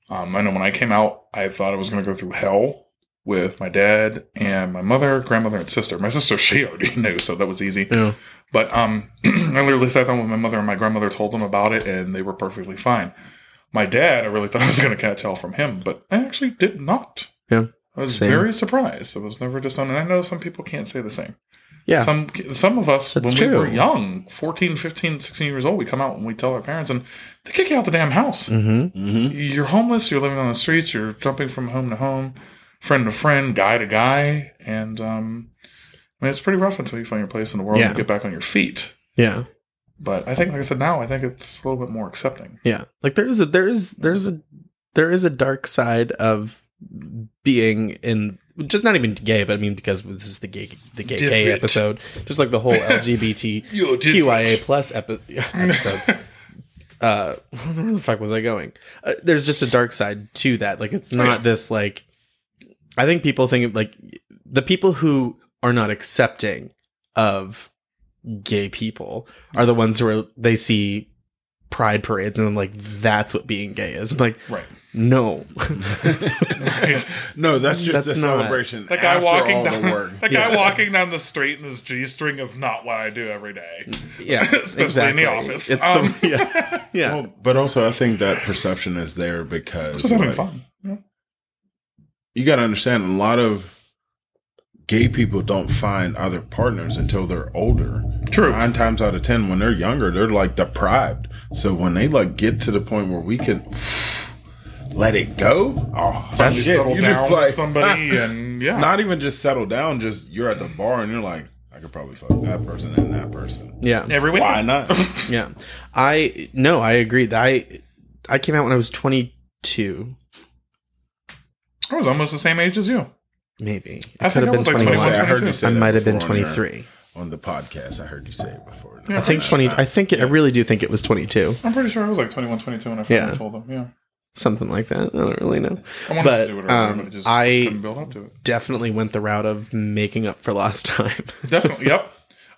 [SPEAKER 2] Um, I know when I came out, I thought I was going to go through hell with my dad and my mother, grandmother, and sister. My sister, <laughs> she already knew, so that was easy.
[SPEAKER 1] Yeah.
[SPEAKER 2] But um, <clears throat> I literally sat down with my mother, and my grandmother told them about it, and they were perfectly fine. My dad, I really <laughs> thought I was going to catch hell from him, but I actually did not.
[SPEAKER 1] Yeah.
[SPEAKER 2] I was
[SPEAKER 1] Same.
[SPEAKER 2] very surprised. I was never disowned, and I know some people can't say the same.
[SPEAKER 1] Yeah.
[SPEAKER 2] Some some of us,
[SPEAKER 1] That's
[SPEAKER 2] when we
[SPEAKER 1] true.
[SPEAKER 2] were young, 14, 15, 16 years old, we come out and we tell our parents, and they kick you out the damn house
[SPEAKER 1] Mm-hmm.
[SPEAKER 3] Mm-hmm. <laughs>
[SPEAKER 2] you're homeless, you're living on the streets, you're jumping from home to home, friend to friend, guy to guy, and um, I mean it's pretty rough until you find your place in the world
[SPEAKER 1] Yeah.
[SPEAKER 2] and get back on your feet.
[SPEAKER 1] Yeah.
[SPEAKER 2] But I think, like I said, now I think it's a little bit more accepting.
[SPEAKER 1] Yeah. Like there is a there is there's a there is a dark side of being in just not even gay, but I mean because this is the gay the gay gay
[SPEAKER 2] Different.
[SPEAKER 1] <laughs> episode. Just like the whole LGBTQIA plus epi- episode. uh where the fuck was i going uh, there's just a dark side to that like it's not this like i think people think of, like the people who are not accepting of gay people are the ones who are they see pride parades and I'm like that's what being gay is I'm like
[SPEAKER 2] Right. <laughs>
[SPEAKER 1] no <laughs>
[SPEAKER 2] Right.
[SPEAKER 3] no, that's just
[SPEAKER 1] That's
[SPEAKER 3] a
[SPEAKER 1] not-
[SPEAKER 3] celebration.
[SPEAKER 2] That guy
[SPEAKER 3] after
[SPEAKER 2] walking
[SPEAKER 3] all
[SPEAKER 2] down
[SPEAKER 3] the work.
[SPEAKER 2] the, guy
[SPEAKER 1] Yeah.
[SPEAKER 2] walking down the street in his G string is not what I do every day.
[SPEAKER 1] yeah
[SPEAKER 2] Especially in the
[SPEAKER 1] exactly.
[SPEAKER 2] office.
[SPEAKER 1] it's
[SPEAKER 2] Um,
[SPEAKER 1] the, <laughs>
[SPEAKER 2] <laughs>
[SPEAKER 1] yeah yeah
[SPEAKER 3] Well, but also, I think that perception is there because
[SPEAKER 2] Just having
[SPEAKER 3] like,
[SPEAKER 2] fun. Yeah.
[SPEAKER 3] you got to understand a lot of gay people don't find other partners until they're older.
[SPEAKER 2] True.
[SPEAKER 3] Nine times out of ten, when they're younger, they're like deprived. So when they like get to the point where we can let it go, oh,
[SPEAKER 2] That's
[SPEAKER 3] that's
[SPEAKER 2] you
[SPEAKER 3] it.
[SPEAKER 2] settle
[SPEAKER 3] You
[SPEAKER 2] down
[SPEAKER 3] just like
[SPEAKER 2] with
[SPEAKER 3] <laughs>
[SPEAKER 2] somebody and yeah.
[SPEAKER 3] not even just settle down. Just you're at the bar and you're like, I could probably fuck that person and that person.
[SPEAKER 1] yeah
[SPEAKER 2] every week.
[SPEAKER 3] Why
[SPEAKER 2] <laughs>
[SPEAKER 3] not?
[SPEAKER 1] Yeah. I no, I agree. That I I came out when I was 22,
[SPEAKER 2] I was almost the same age as you.
[SPEAKER 1] maybe.
[SPEAKER 2] I think I was like
[SPEAKER 3] I,
[SPEAKER 2] 21,
[SPEAKER 3] say, I heard you say
[SPEAKER 1] I
[SPEAKER 3] that
[SPEAKER 1] might have been
[SPEAKER 3] before on your-
[SPEAKER 1] 23.
[SPEAKER 3] on the podcast. I heard you say it before.
[SPEAKER 2] Yeah.
[SPEAKER 1] I think 20 I think I really do think it was 22.
[SPEAKER 2] I'm pretty sure I was like 21, 22 when I finally
[SPEAKER 1] Yeah.
[SPEAKER 2] told them. Yeah.
[SPEAKER 1] Something like that. I don't really know.
[SPEAKER 2] I wanted
[SPEAKER 1] But,
[SPEAKER 2] to do it earlier,
[SPEAKER 1] um,
[SPEAKER 2] but I just
[SPEAKER 1] I-
[SPEAKER 2] couldn't build up to it.
[SPEAKER 1] Definitely went the route of making up for lost time. <laughs>
[SPEAKER 2] Definitely. yep.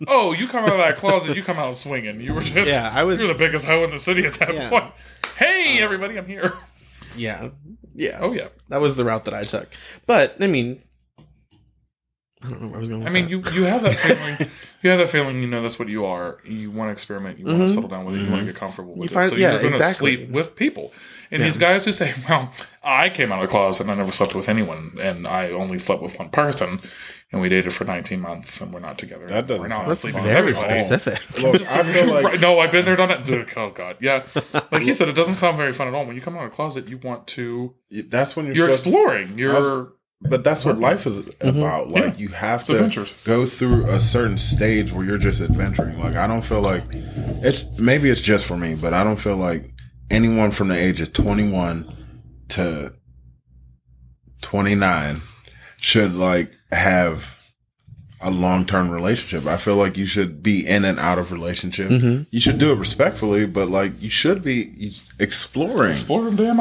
[SPEAKER 2] Oh, you come out of that closet, you come out swinging. You were just
[SPEAKER 1] Yeah, I was-
[SPEAKER 2] you were the biggest hoe in the city at that
[SPEAKER 1] Yeah.
[SPEAKER 2] point. Hey, everybody, I'm here.
[SPEAKER 1] yeah. Yeah.
[SPEAKER 2] Oh yeah.
[SPEAKER 1] That was the route that I took. But I mean I don't know where I was going.
[SPEAKER 2] I
[SPEAKER 1] With
[SPEAKER 2] mean,
[SPEAKER 1] that.
[SPEAKER 2] you you have
[SPEAKER 1] <laughs>
[SPEAKER 2] that feeling. You have that feeling. You know that's what you are. You want to experiment. You want to settle down with it. You want to get comfortable with
[SPEAKER 1] Mm-hmm. You find-
[SPEAKER 2] it. So
[SPEAKER 1] yeah,
[SPEAKER 2] you're going to
[SPEAKER 1] exactly.
[SPEAKER 2] sleep with people. And these guys who say, "Well, I came out of the closet and I never slept with anyone, and I only slept with one person, and we dated for 19 months, and we're not together.
[SPEAKER 3] That doesn't
[SPEAKER 2] we're not
[SPEAKER 3] sound
[SPEAKER 2] sleeping with
[SPEAKER 1] very
[SPEAKER 2] everybody."
[SPEAKER 1] specific.
[SPEAKER 3] Look,
[SPEAKER 2] <laughs>
[SPEAKER 3] I feel like
[SPEAKER 2] Right, no, I've been there, done it. Dude, oh god,
[SPEAKER 3] <laughs>
[SPEAKER 2] yeah. Like you said, it doesn't sound very fun at all. When you come out of the closet, you want to.
[SPEAKER 3] that's when you're,
[SPEAKER 2] You're
[SPEAKER 3] supposed-
[SPEAKER 2] exploring. You're
[SPEAKER 3] But that's what life is about. Like
[SPEAKER 2] Mm-hmm. Yeah.
[SPEAKER 3] you have
[SPEAKER 2] It's
[SPEAKER 3] to
[SPEAKER 2] adventures.
[SPEAKER 3] go through a certain stage where you're just adventuring. Like I don't feel like it's maybe it's just for me, but I don't feel like anyone from the age of 21 to 29 should like have a long-term relationship. I feel like you should be in and out of relationship.
[SPEAKER 2] Mm-hmm.
[SPEAKER 3] You should do it respectfully, but like you should be exploring
[SPEAKER 2] exploring damn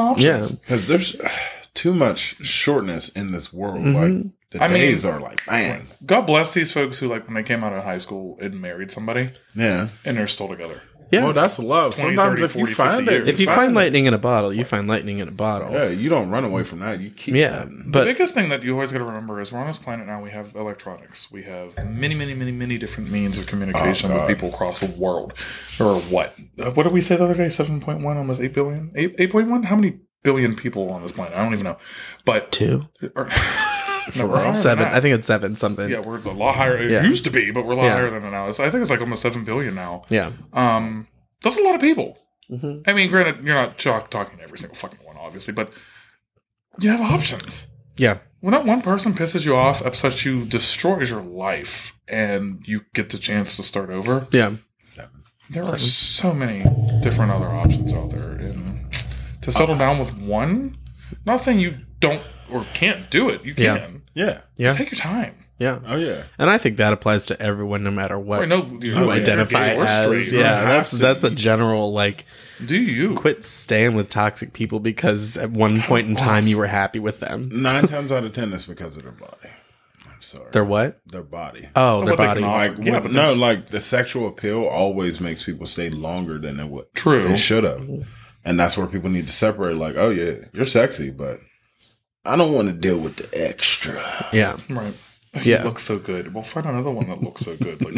[SPEAKER 1] <laughs>
[SPEAKER 2] options.
[SPEAKER 1] yeah.
[SPEAKER 3] because there's <sighs> too much shortness in this world.
[SPEAKER 1] Mm-hmm.
[SPEAKER 3] Like the
[SPEAKER 2] I mean-
[SPEAKER 3] days are like, man,
[SPEAKER 2] God bless these folks who, like, when they came out of high school and married somebody
[SPEAKER 3] yeah.
[SPEAKER 2] and they're still together.
[SPEAKER 1] Yeah.
[SPEAKER 3] Well, that's love.
[SPEAKER 2] 20,
[SPEAKER 3] Sometimes
[SPEAKER 2] 30,
[SPEAKER 3] if you
[SPEAKER 2] 40,
[SPEAKER 3] find
[SPEAKER 2] 50
[SPEAKER 3] it,
[SPEAKER 2] years.
[SPEAKER 1] If you find
[SPEAKER 3] it.
[SPEAKER 1] lightning in a bottle, you find lightning in a bottle.
[SPEAKER 3] yeah, you don't run away from that. You keep,
[SPEAKER 1] Yeah,
[SPEAKER 3] that.
[SPEAKER 2] the
[SPEAKER 1] but
[SPEAKER 2] biggest thing that you always got to remember is we're on this planet now. We have electronics. We have many, many, many, many different means of communication
[SPEAKER 3] Oh,
[SPEAKER 2] with
[SPEAKER 3] God.
[SPEAKER 2] people across the world. Or what? Uh, What did we say the other day? 7.1, almost 8 billion? 8, 8.1? How many billion people on this planet? I don't even know. But
[SPEAKER 1] two, <laughs>
[SPEAKER 2] or,
[SPEAKER 3] For real?
[SPEAKER 1] seven. I think it's seven something.
[SPEAKER 2] Yeah, we're a lot higher. It
[SPEAKER 1] Yeah.
[SPEAKER 2] used to be, but we're a lot
[SPEAKER 1] Yeah.
[SPEAKER 2] higher than it now. It's, I think it's like almost 7 billion now.
[SPEAKER 1] Yeah.
[SPEAKER 2] Um, that's a lot of people.
[SPEAKER 1] Mm-hmm.
[SPEAKER 2] I mean, granted, you're not talk- talking to every single fucking one, obviously, but you have options.
[SPEAKER 1] Yeah.
[SPEAKER 2] When that one person pisses you off, upsets you, destroys your life, and you get the chance to start over,
[SPEAKER 1] Yeah.
[SPEAKER 2] there are so many different other options out there. And to settle down with one, not saying you don't or can't do it, you
[SPEAKER 1] Yeah.
[SPEAKER 2] can.
[SPEAKER 3] yeah,
[SPEAKER 1] Yeah.
[SPEAKER 2] Take your time.
[SPEAKER 1] Yeah.
[SPEAKER 3] oh yeah.
[SPEAKER 1] And I think that applies to everyone, no matter what
[SPEAKER 2] Or no, you
[SPEAKER 1] you identify as. Yeah. That's that's a general like
[SPEAKER 2] Do you?
[SPEAKER 1] quit staying with toxic people because at one point in time you were happy with them.
[SPEAKER 3] Nine times out of ten, that's because of their body. I'm sorry,
[SPEAKER 1] Their what?
[SPEAKER 3] their body.
[SPEAKER 1] Oh, their
[SPEAKER 2] what they
[SPEAKER 1] body.
[SPEAKER 2] can offer.
[SPEAKER 3] Like
[SPEAKER 2] Yeah,
[SPEAKER 3] yeah,
[SPEAKER 2] but
[SPEAKER 3] no,
[SPEAKER 2] there's-
[SPEAKER 3] like the sexual appeal always makes people stay longer than it would.
[SPEAKER 2] True.
[SPEAKER 3] They should have.
[SPEAKER 1] Mm-hmm.
[SPEAKER 3] And that's where people need to separate. Like, oh yeah, you're sexy, but I don't want to deal with the extra.
[SPEAKER 1] Yeah.
[SPEAKER 2] Right.
[SPEAKER 1] Yeah.
[SPEAKER 2] He looks so good. We'll find another one that looks so good. Like,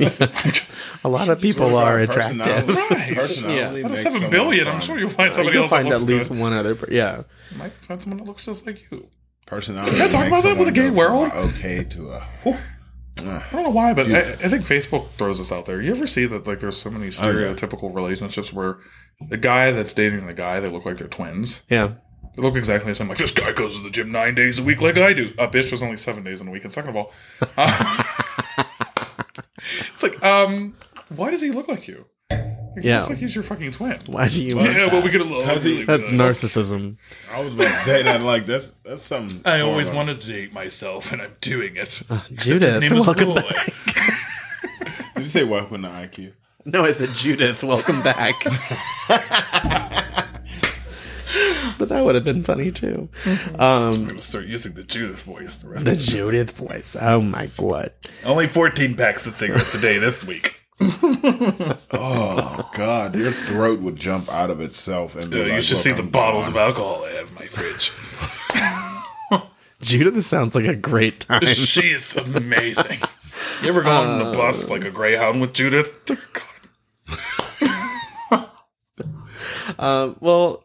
[SPEAKER 1] <laughs>
[SPEAKER 2] it.
[SPEAKER 1] A lot of people
[SPEAKER 3] Swear to
[SPEAKER 1] are
[SPEAKER 3] God,
[SPEAKER 1] attractive. <laughs>
[SPEAKER 3] Personality,
[SPEAKER 2] Right.
[SPEAKER 3] <laughs> personality
[SPEAKER 1] Yeah.
[SPEAKER 2] out of
[SPEAKER 3] makes
[SPEAKER 2] seven
[SPEAKER 3] someone
[SPEAKER 2] billion, I'm
[SPEAKER 3] fun.
[SPEAKER 2] sure you'll find somebody
[SPEAKER 1] You'll
[SPEAKER 2] else that
[SPEAKER 1] find at
[SPEAKER 2] looks
[SPEAKER 1] least
[SPEAKER 2] good.
[SPEAKER 1] one other. Per- yeah.
[SPEAKER 2] You might find someone that looks just like you.
[SPEAKER 3] Personality.
[SPEAKER 2] Yeah, talk about
[SPEAKER 3] makes
[SPEAKER 2] that with
[SPEAKER 3] someone
[SPEAKER 2] the gay
[SPEAKER 3] go from
[SPEAKER 2] world.
[SPEAKER 3] a Okay, to a
[SPEAKER 2] I don't know why, but I,
[SPEAKER 3] Beautiful.
[SPEAKER 2] I think Facebook throws us out there. You ever see that? Like, there's so
[SPEAKER 1] Oh,
[SPEAKER 2] many stereotypical relationships where the guy that's dating the guy, they look like they're twins.
[SPEAKER 1] Yeah.
[SPEAKER 2] They look exactly the same. Like this guy goes to the gym nine days a week, like I do. A bitch was only seven days in a week. And second of all, uh, <laughs> it's like, um, why does he look like you? Like, he
[SPEAKER 1] Yeah.
[SPEAKER 2] looks like he's your fucking twin.
[SPEAKER 1] Why do you? want
[SPEAKER 2] <laughs> Yeah,
[SPEAKER 1] that?
[SPEAKER 2] well, we get along.
[SPEAKER 3] How's he-
[SPEAKER 2] really
[SPEAKER 1] That's
[SPEAKER 2] good.
[SPEAKER 1] narcissism.
[SPEAKER 3] I was about to say that. Like that's that's something.
[SPEAKER 2] I always
[SPEAKER 3] horrible.
[SPEAKER 2] wanted to date myself, and I'm doing it. <laughs> Except
[SPEAKER 1] Judith, Uh, welcome
[SPEAKER 2] Roy.
[SPEAKER 1] back.
[SPEAKER 3] Did you say welcome to IQ?
[SPEAKER 1] No, I said Judith. Welcome
[SPEAKER 3] <laughs>
[SPEAKER 1] back. but that would have been funny too.
[SPEAKER 3] Mm-hmm.
[SPEAKER 1] Um,
[SPEAKER 2] I'm gonna start using the Judith voice the rest
[SPEAKER 1] the
[SPEAKER 2] of the
[SPEAKER 1] Judith voice. Oh my god.
[SPEAKER 2] Only 14 packs of cigarettes a day this week.
[SPEAKER 3] Oh God, your throat would jump out of itself, and be
[SPEAKER 2] Uh, you
[SPEAKER 3] like,
[SPEAKER 2] should
[SPEAKER 3] "Look,
[SPEAKER 2] see the
[SPEAKER 3] I'm
[SPEAKER 2] bottles
[SPEAKER 3] gone."
[SPEAKER 2] of alcohol I have in my fridge.
[SPEAKER 1] Judith sounds like a great
[SPEAKER 2] <laughs>
[SPEAKER 1] time.
[SPEAKER 2] she is amazing. You ever gone on
[SPEAKER 1] Uh,
[SPEAKER 2] the bus like a greyhound with Judith? Dear God.
[SPEAKER 1] <laughs> Um, well,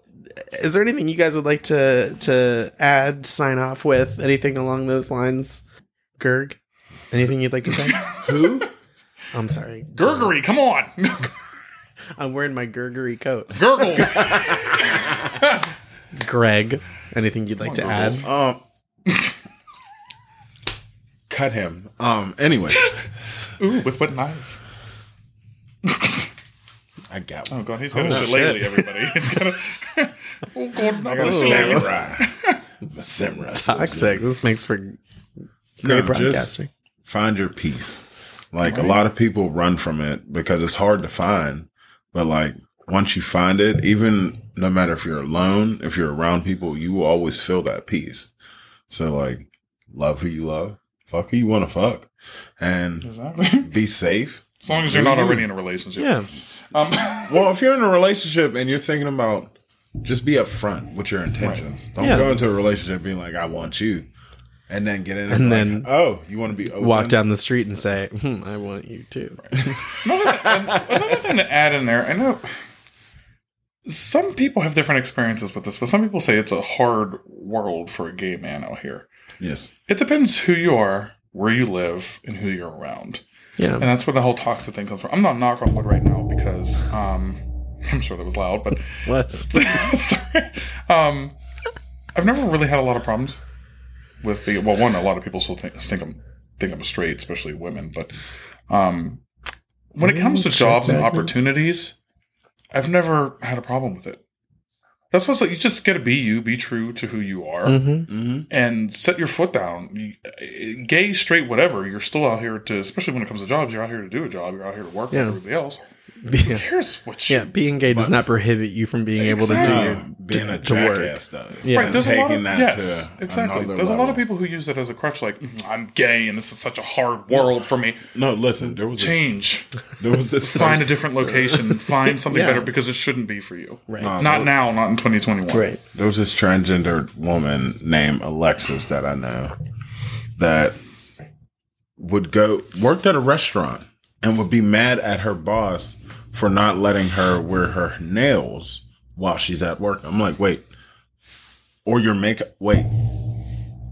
[SPEAKER 1] is there anything you guys would like to to add, sign off with, anything along those lines? Gerg, anything you'd like to say?
[SPEAKER 3] <laughs> Who?
[SPEAKER 1] I'm sorry.
[SPEAKER 2] Gurgery, come on. <laughs>
[SPEAKER 1] I'm wearing my Gergery coat.
[SPEAKER 2] Gurgles.
[SPEAKER 1] Greg, anything you'd like to add?
[SPEAKER 3] <laughs> Um, cut him. Um. Anyway,
[SPEAKER 2] Ooh, with what knife?
[SPEAKER 3] I got
[SPEAKER 2] Oh
[SPEAKER 3] one.
[SPEAKER 2] god, he's got a
[SPEAKER 1] shit.
[SPEAKER 2] shillelagh, everybody. <laughs> He's got a <laughs> Oh god, not the
[SPEAKER 3] The
[SPEAKER 2] shillelagh.
[SPEAKER 3] samurai. <laughs> The samurai.
[SPEAKER 1] Toxic. This makes for great
[SPEAKER 3] No, just
[SPEAKER 1] broadcasting.
[SPEAKER 3] find your peace. Like a lot of people run from it because it's hard to find. But like once you find it, even no matter if you're alone, if you're around people, you will always feel that peace. So like love who you love, fuck who you want to fuck, and
[SPEAKER 2] Exactly.
[SPEAKER 3] be safe.
[SPEAKER 2] As long as you're not already in a relationship.
[SPEAKER 1] yeah.
[SPEAKER 2] Um, <laughs>
[SPEAKER 3] Well, if you're in a relationship and you're thinking about just be upfront with your intentions. Don't
[SPEAKER 1] Yeah.
[SPEAKER 3] go into a relationship being like, I want you. And then get in
[SPEAKER 1] And
[SPEAKER 3] and,
[SPEAKER 1] then
[SPEAKER 3] then oh, you want to be open?
[SPEAKER 1] Walk down the street and say, hmm, "I want you too."
[SPEAKER 2] another, another thing to add in there, I know some people have different experiences with this, but some people say it's a hard world for a gay man out here.
[SPEAKER 3] Yes.
[SPEAKER 2] It depends who you are, where you live, and who you're around.
[SPEAKER 1] Yeah. <laughs>
[SPEAKER 2] And that's where the whole toxic thing comes from. I'm not knocking on wood right now because um, <laughs> I'm sure that was loud, but <laughs>
[SPEAKER 1] <laughs> Let's.
[SPEAKER 2] Sorry. Um, I've never really had a lot of problems with the well. One, a lot of people still think, think I'm think I'm straight, especially women. But um, when it comes to jobs and opportunities, I've never had a problem with it. That's what's like. You just gotta be you, be true to who you are,
[SPEAKER 1] hmm
[SPEAKER 3] Mm-hmm.
[SPEAKER 2] and set your foot down. You- Gay, straight, whatever. You're still out here to, especially when it comes to jobs. You're out here to do a job. You're out here to work
[SPEAKER 1] Yeah.
[SPEAKER 2] with everybody else.
[SPEAKER 1] Yeah.
[SPEAKER 2] Here's what you
[SPEAKER 1] yeah. Being gay does not prohibit you from being able to do.
[SPEAKER 2] Exactly.
[SPEAKER 1] Your,
[SPEAKER 3] being a
[SPEAKER 1] to work.
[SPEAKER 3] jackass does.
[SPEAKER 1] Yeah.
[SPEAKER 2] Right, there's a lot of,
[SPEAKER 3] Taking that
[SPEAKER 2] yes,
[SPEAKER 3] to
[SPEAKER 2] exactly.
[SPEAKER 3] another
[SPEAKER 2] There's a lot of
[SPEAKER 3] level.
[SPEAKER 2] people who use it as a crutch, like "Mm, I'm gay and this is such a hard world for me.
[SPEAKER 3] No, listen. There was this,
[SPEAKER 1] <laughs>
[SPEAKER 2] Change,
[SPEAKER 3] there was
[SPEAKER 2] <laughs>
[SPEAKER 3] this
[SPEAKER 2] find a
[SPEAKER 3] person-
[SPEAKER 2] different location, find something
[SPEAKER 1] Yeah.
[SPEAKER 2] better because it shouldn't be for you.
[SPEAKER 1] Right.
[SPEAKER 3] No,
[SPEAKER 2] Not now, not in 2021.
[SPEAKER 1] Right.
[SPEAKER 3] There was this transgendered woman named Alexis that I know that would go worked at a restaurant and would be mad at her boss for not letting her wear her nails while she's at work. I'm like, wait, or your makeup. Wait, <laughs>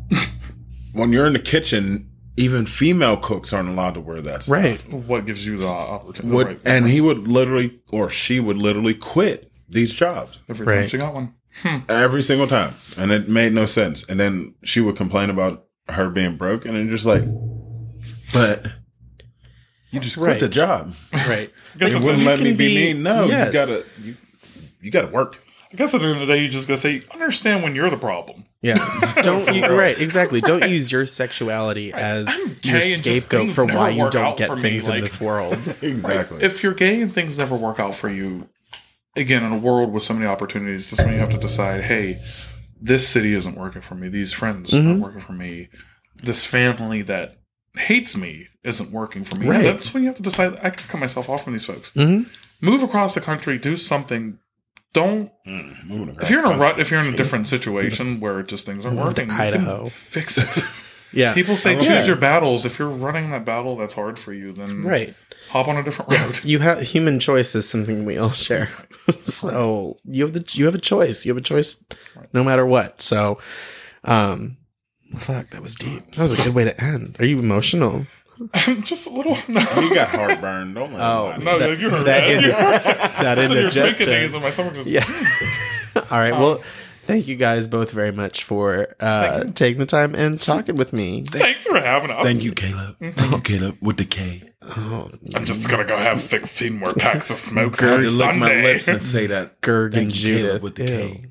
[SPEAKER 3] when you're in the kitchen, even female cooks aren't allowed to wear that. Stuff.
[SPEAKER 1] Right.
[SPEAKER 2] What gives you the opportunity?
[SPEAKER 3] would
[SPEAKER 2] right.
[SPEAKER 3] and he would literally or she would literally quit these jobs
[SPEAKER 2] Every time
[SPEAKER 1] Right.
[SPEAKER 2] she got one.
[SPEAKER 3] every single time and it made no sense and then she would complain about her being broke and then just like but you just quit
[SPEAKER 1] Right.
[SPEAKER 3] the job
[SPEAKER 1] Right.
[SPEAKER 2] I <laughs> guess,
[SPEAKER 3] it
[SPEAKER 2] at,
[SPEAKER 3] wouldn't
[SPEAKER 2] the,
[SPEAKER 3] let me
[SPEAKER 1] can
[SPEAKER 3] be,
[SPEAKER 1] be-
[SPEAKER 3] mean no
[SPEAKER 1] yes.
[SPEAKER 3] you gotta you, you gotta work
[SPEAKER 2] I guess at the end of the day, you just got to say, understand when you're the problem.
[SPEAKER 1] Yeah. Don't you, right, exactly. Don't use your sexuality as
[SPEAKER 2] gay
[SPEAKER 1] your
[SPEAKER 2] and just
[SPEAKER 1] scapegoat
[SPEAKER 2] things
[SPEAKER 1] for
[SPEAKER 2] never
[SPEAKER 1] why you
[SPEAKER 2] work
[SPEAKER 1] don't
[SPEAKER 2] out
[SPEAKER 1] get
[SPEAKER 2] for me,
[SPEAKER 1] things in
[SPEAKER 2] like-
[SPEAKER 1] this <laughs> world.
[SPEAKER 3] exactly
[SPEAKER 2] If you're gay and things never work out for you, again, in a world with so many opportunities, that's when you have to decide, hey, this city isn't working for me. These friends aren't working for me. This family that hates me isn't working for me.
[SPEAKER 1] Right.
[SPEAKER 2] That's when you have to decide, I can cut myself off from these folks.
[SPEAKER 1] Mhm.
[SPEAKER 2] Move across the country, do something. Don't
[SPEAKER 3] Mm, moving across
[SPEAKER 2] if you're in a
[SPEAKER 3] country.
[SPEAKER 2] rut, if you're in a different situation where just things aren't working, you can
[SPEAKER 1] Idaho.
[SPEAKER 2] fix it.
[SPEAKER 1] Yeah.
[SPEAKER 2] People say
[SPEAKER 3] I
[SPEAKER 2] choose
[SPEAKER 3] don't care.
[SPEAKER 2] your battles. If you're running that battle that's hard for you, then
[SPEAKER 1] Right.
[SPEAKER 2] hop on a different road.
[SPEAKER 1] You have human choice is something we all share. <laughs> so you have the you have a choice. You have a choice no matter what. So um fuck, that was deep. That was a good way to end. Are you emotional?
[SPEAKER 2] I'm just a
[SPEAKER 3] <laughs>
[SPEAKER 2] little. No, <laughs>
[SPEAKER 3] you got heartburn don't let
[SPEAKER 1] Oh.
[SPEAKER 2] no,
[SPEAKER 3] anybody-
[SPEAKER 1] That-
[SPEAKER 2] you heard
[SPEAKER 1] that
[SPEAKER 2] that.
[SPEAKER 1] is-
[SPEAKER 2] You
[SPEAKER 1] <laughs>
[SPEAKER 2] heard
[SPEAKER 1] That
[SPEAKER 2] that. You're drinking
[SPEAKER 1] indigestion.
[SPEAKER 2] things, and my stomach just.
[SPEAKER 1] Yeah. <laughs> All right.
[SPEAKER 2] <laughs>
[SPEAKER 1] Well, thank you guys both very much for uh, taking the time and talking with me.
[SPEAKER 2] Thanks for having us.
[SPEAKER 3] thank you caleb thank you caleb with the k
[SPEAKER 1] Oh,
[SPEAKER 2] I'm just gonna go have 16 more packs of smoke
[SPEAKER 3] i had
[SPEAKER 2] on
[SPEAKER 3] to lick my
[SPEAKER 2] Sunday.
[SPEAKER 3] lips and say that
[SPEAKER 1] Gerg and
[SPEAKER 3] thank you
[SPEAKER 1] Judith.
[SPEAKER 3] caleb with the k
[SPEAKER 1] Ew.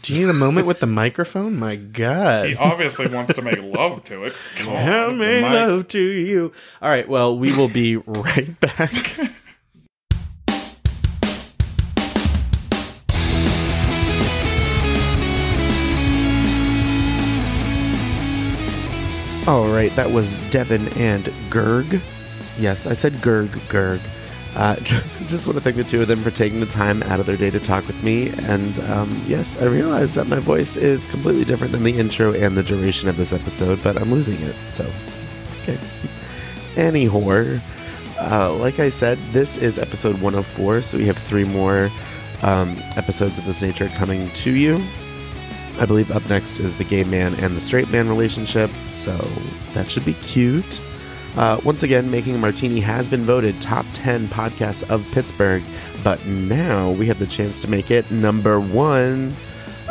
[SPEAKER 1] Do you need a moment with the microphone? My God.
[SPEAKER 2] <laughs> he obviously wants to make love to it. Come on.
[SPEAKER 1] How may <laughs>
[SPEAKER 3] mic.
[SPEAKER 1] love to you. All right. Well, we will be right back. All right, that was Devin and Gerg. Yes, I said Gerg, Gerg. Uh, <laughs> just want to thank the two of them for taking the time out of their day to talk with me. And um, yes, I realize that my voice is completely different than the intro and the duration of this episode, but I'm losing it. So, okay. Any whore. Uh, like I said, this is episode 104, so we have three more um, episodes of this nature coming to you. I believe up next is the gay man and the straight man relationship, so that should be cute. Uh, once again, Making a Martini has been voted top 10 podcast of Pittsburgh, but now we have the chance to make it number one.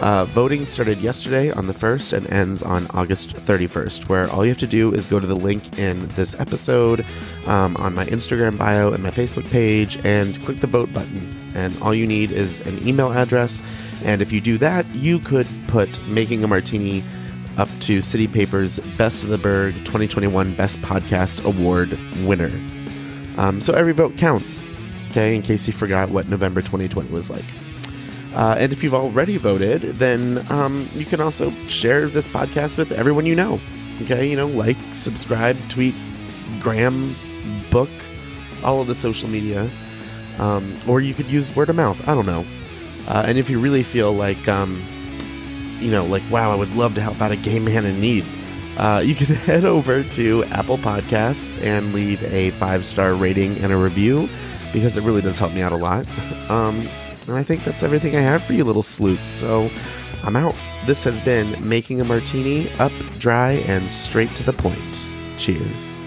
[SPEAKER 1] Uh, voting started yesterday on the 1st and ends on August 31st, where all you have to do is go to the link in this episode um, on my Instagram bio and my Facebook page and click the vote button. And all you need is an email address. And if you do that, you could put Making a Martini up to City Paper's Best of the Berg 2021 Best Podcast Award winner. Um, so every vote counts, okay, in case you forgot what November 2020 was like. Uh, and if you've already voted, then um, you can also share this podcast with everyone you know. Okay, you know, like, subscribe, tweet, gram, book, all of the social media. Um, or you could use word of mouth. I don't know. Uh, and if you really feel like, um, you know, like, wow, I would love to help out a gay man in need, uh, you can <laughs> head over to Apple Podcasts and leave a five star rating and a review because it really does help me out a lot. <laughs> Um, and I think that's everything I have for you, little sleuths. So I'm out. This has been Making a Martini Up, Dry, and Straight to the Point. Cheers.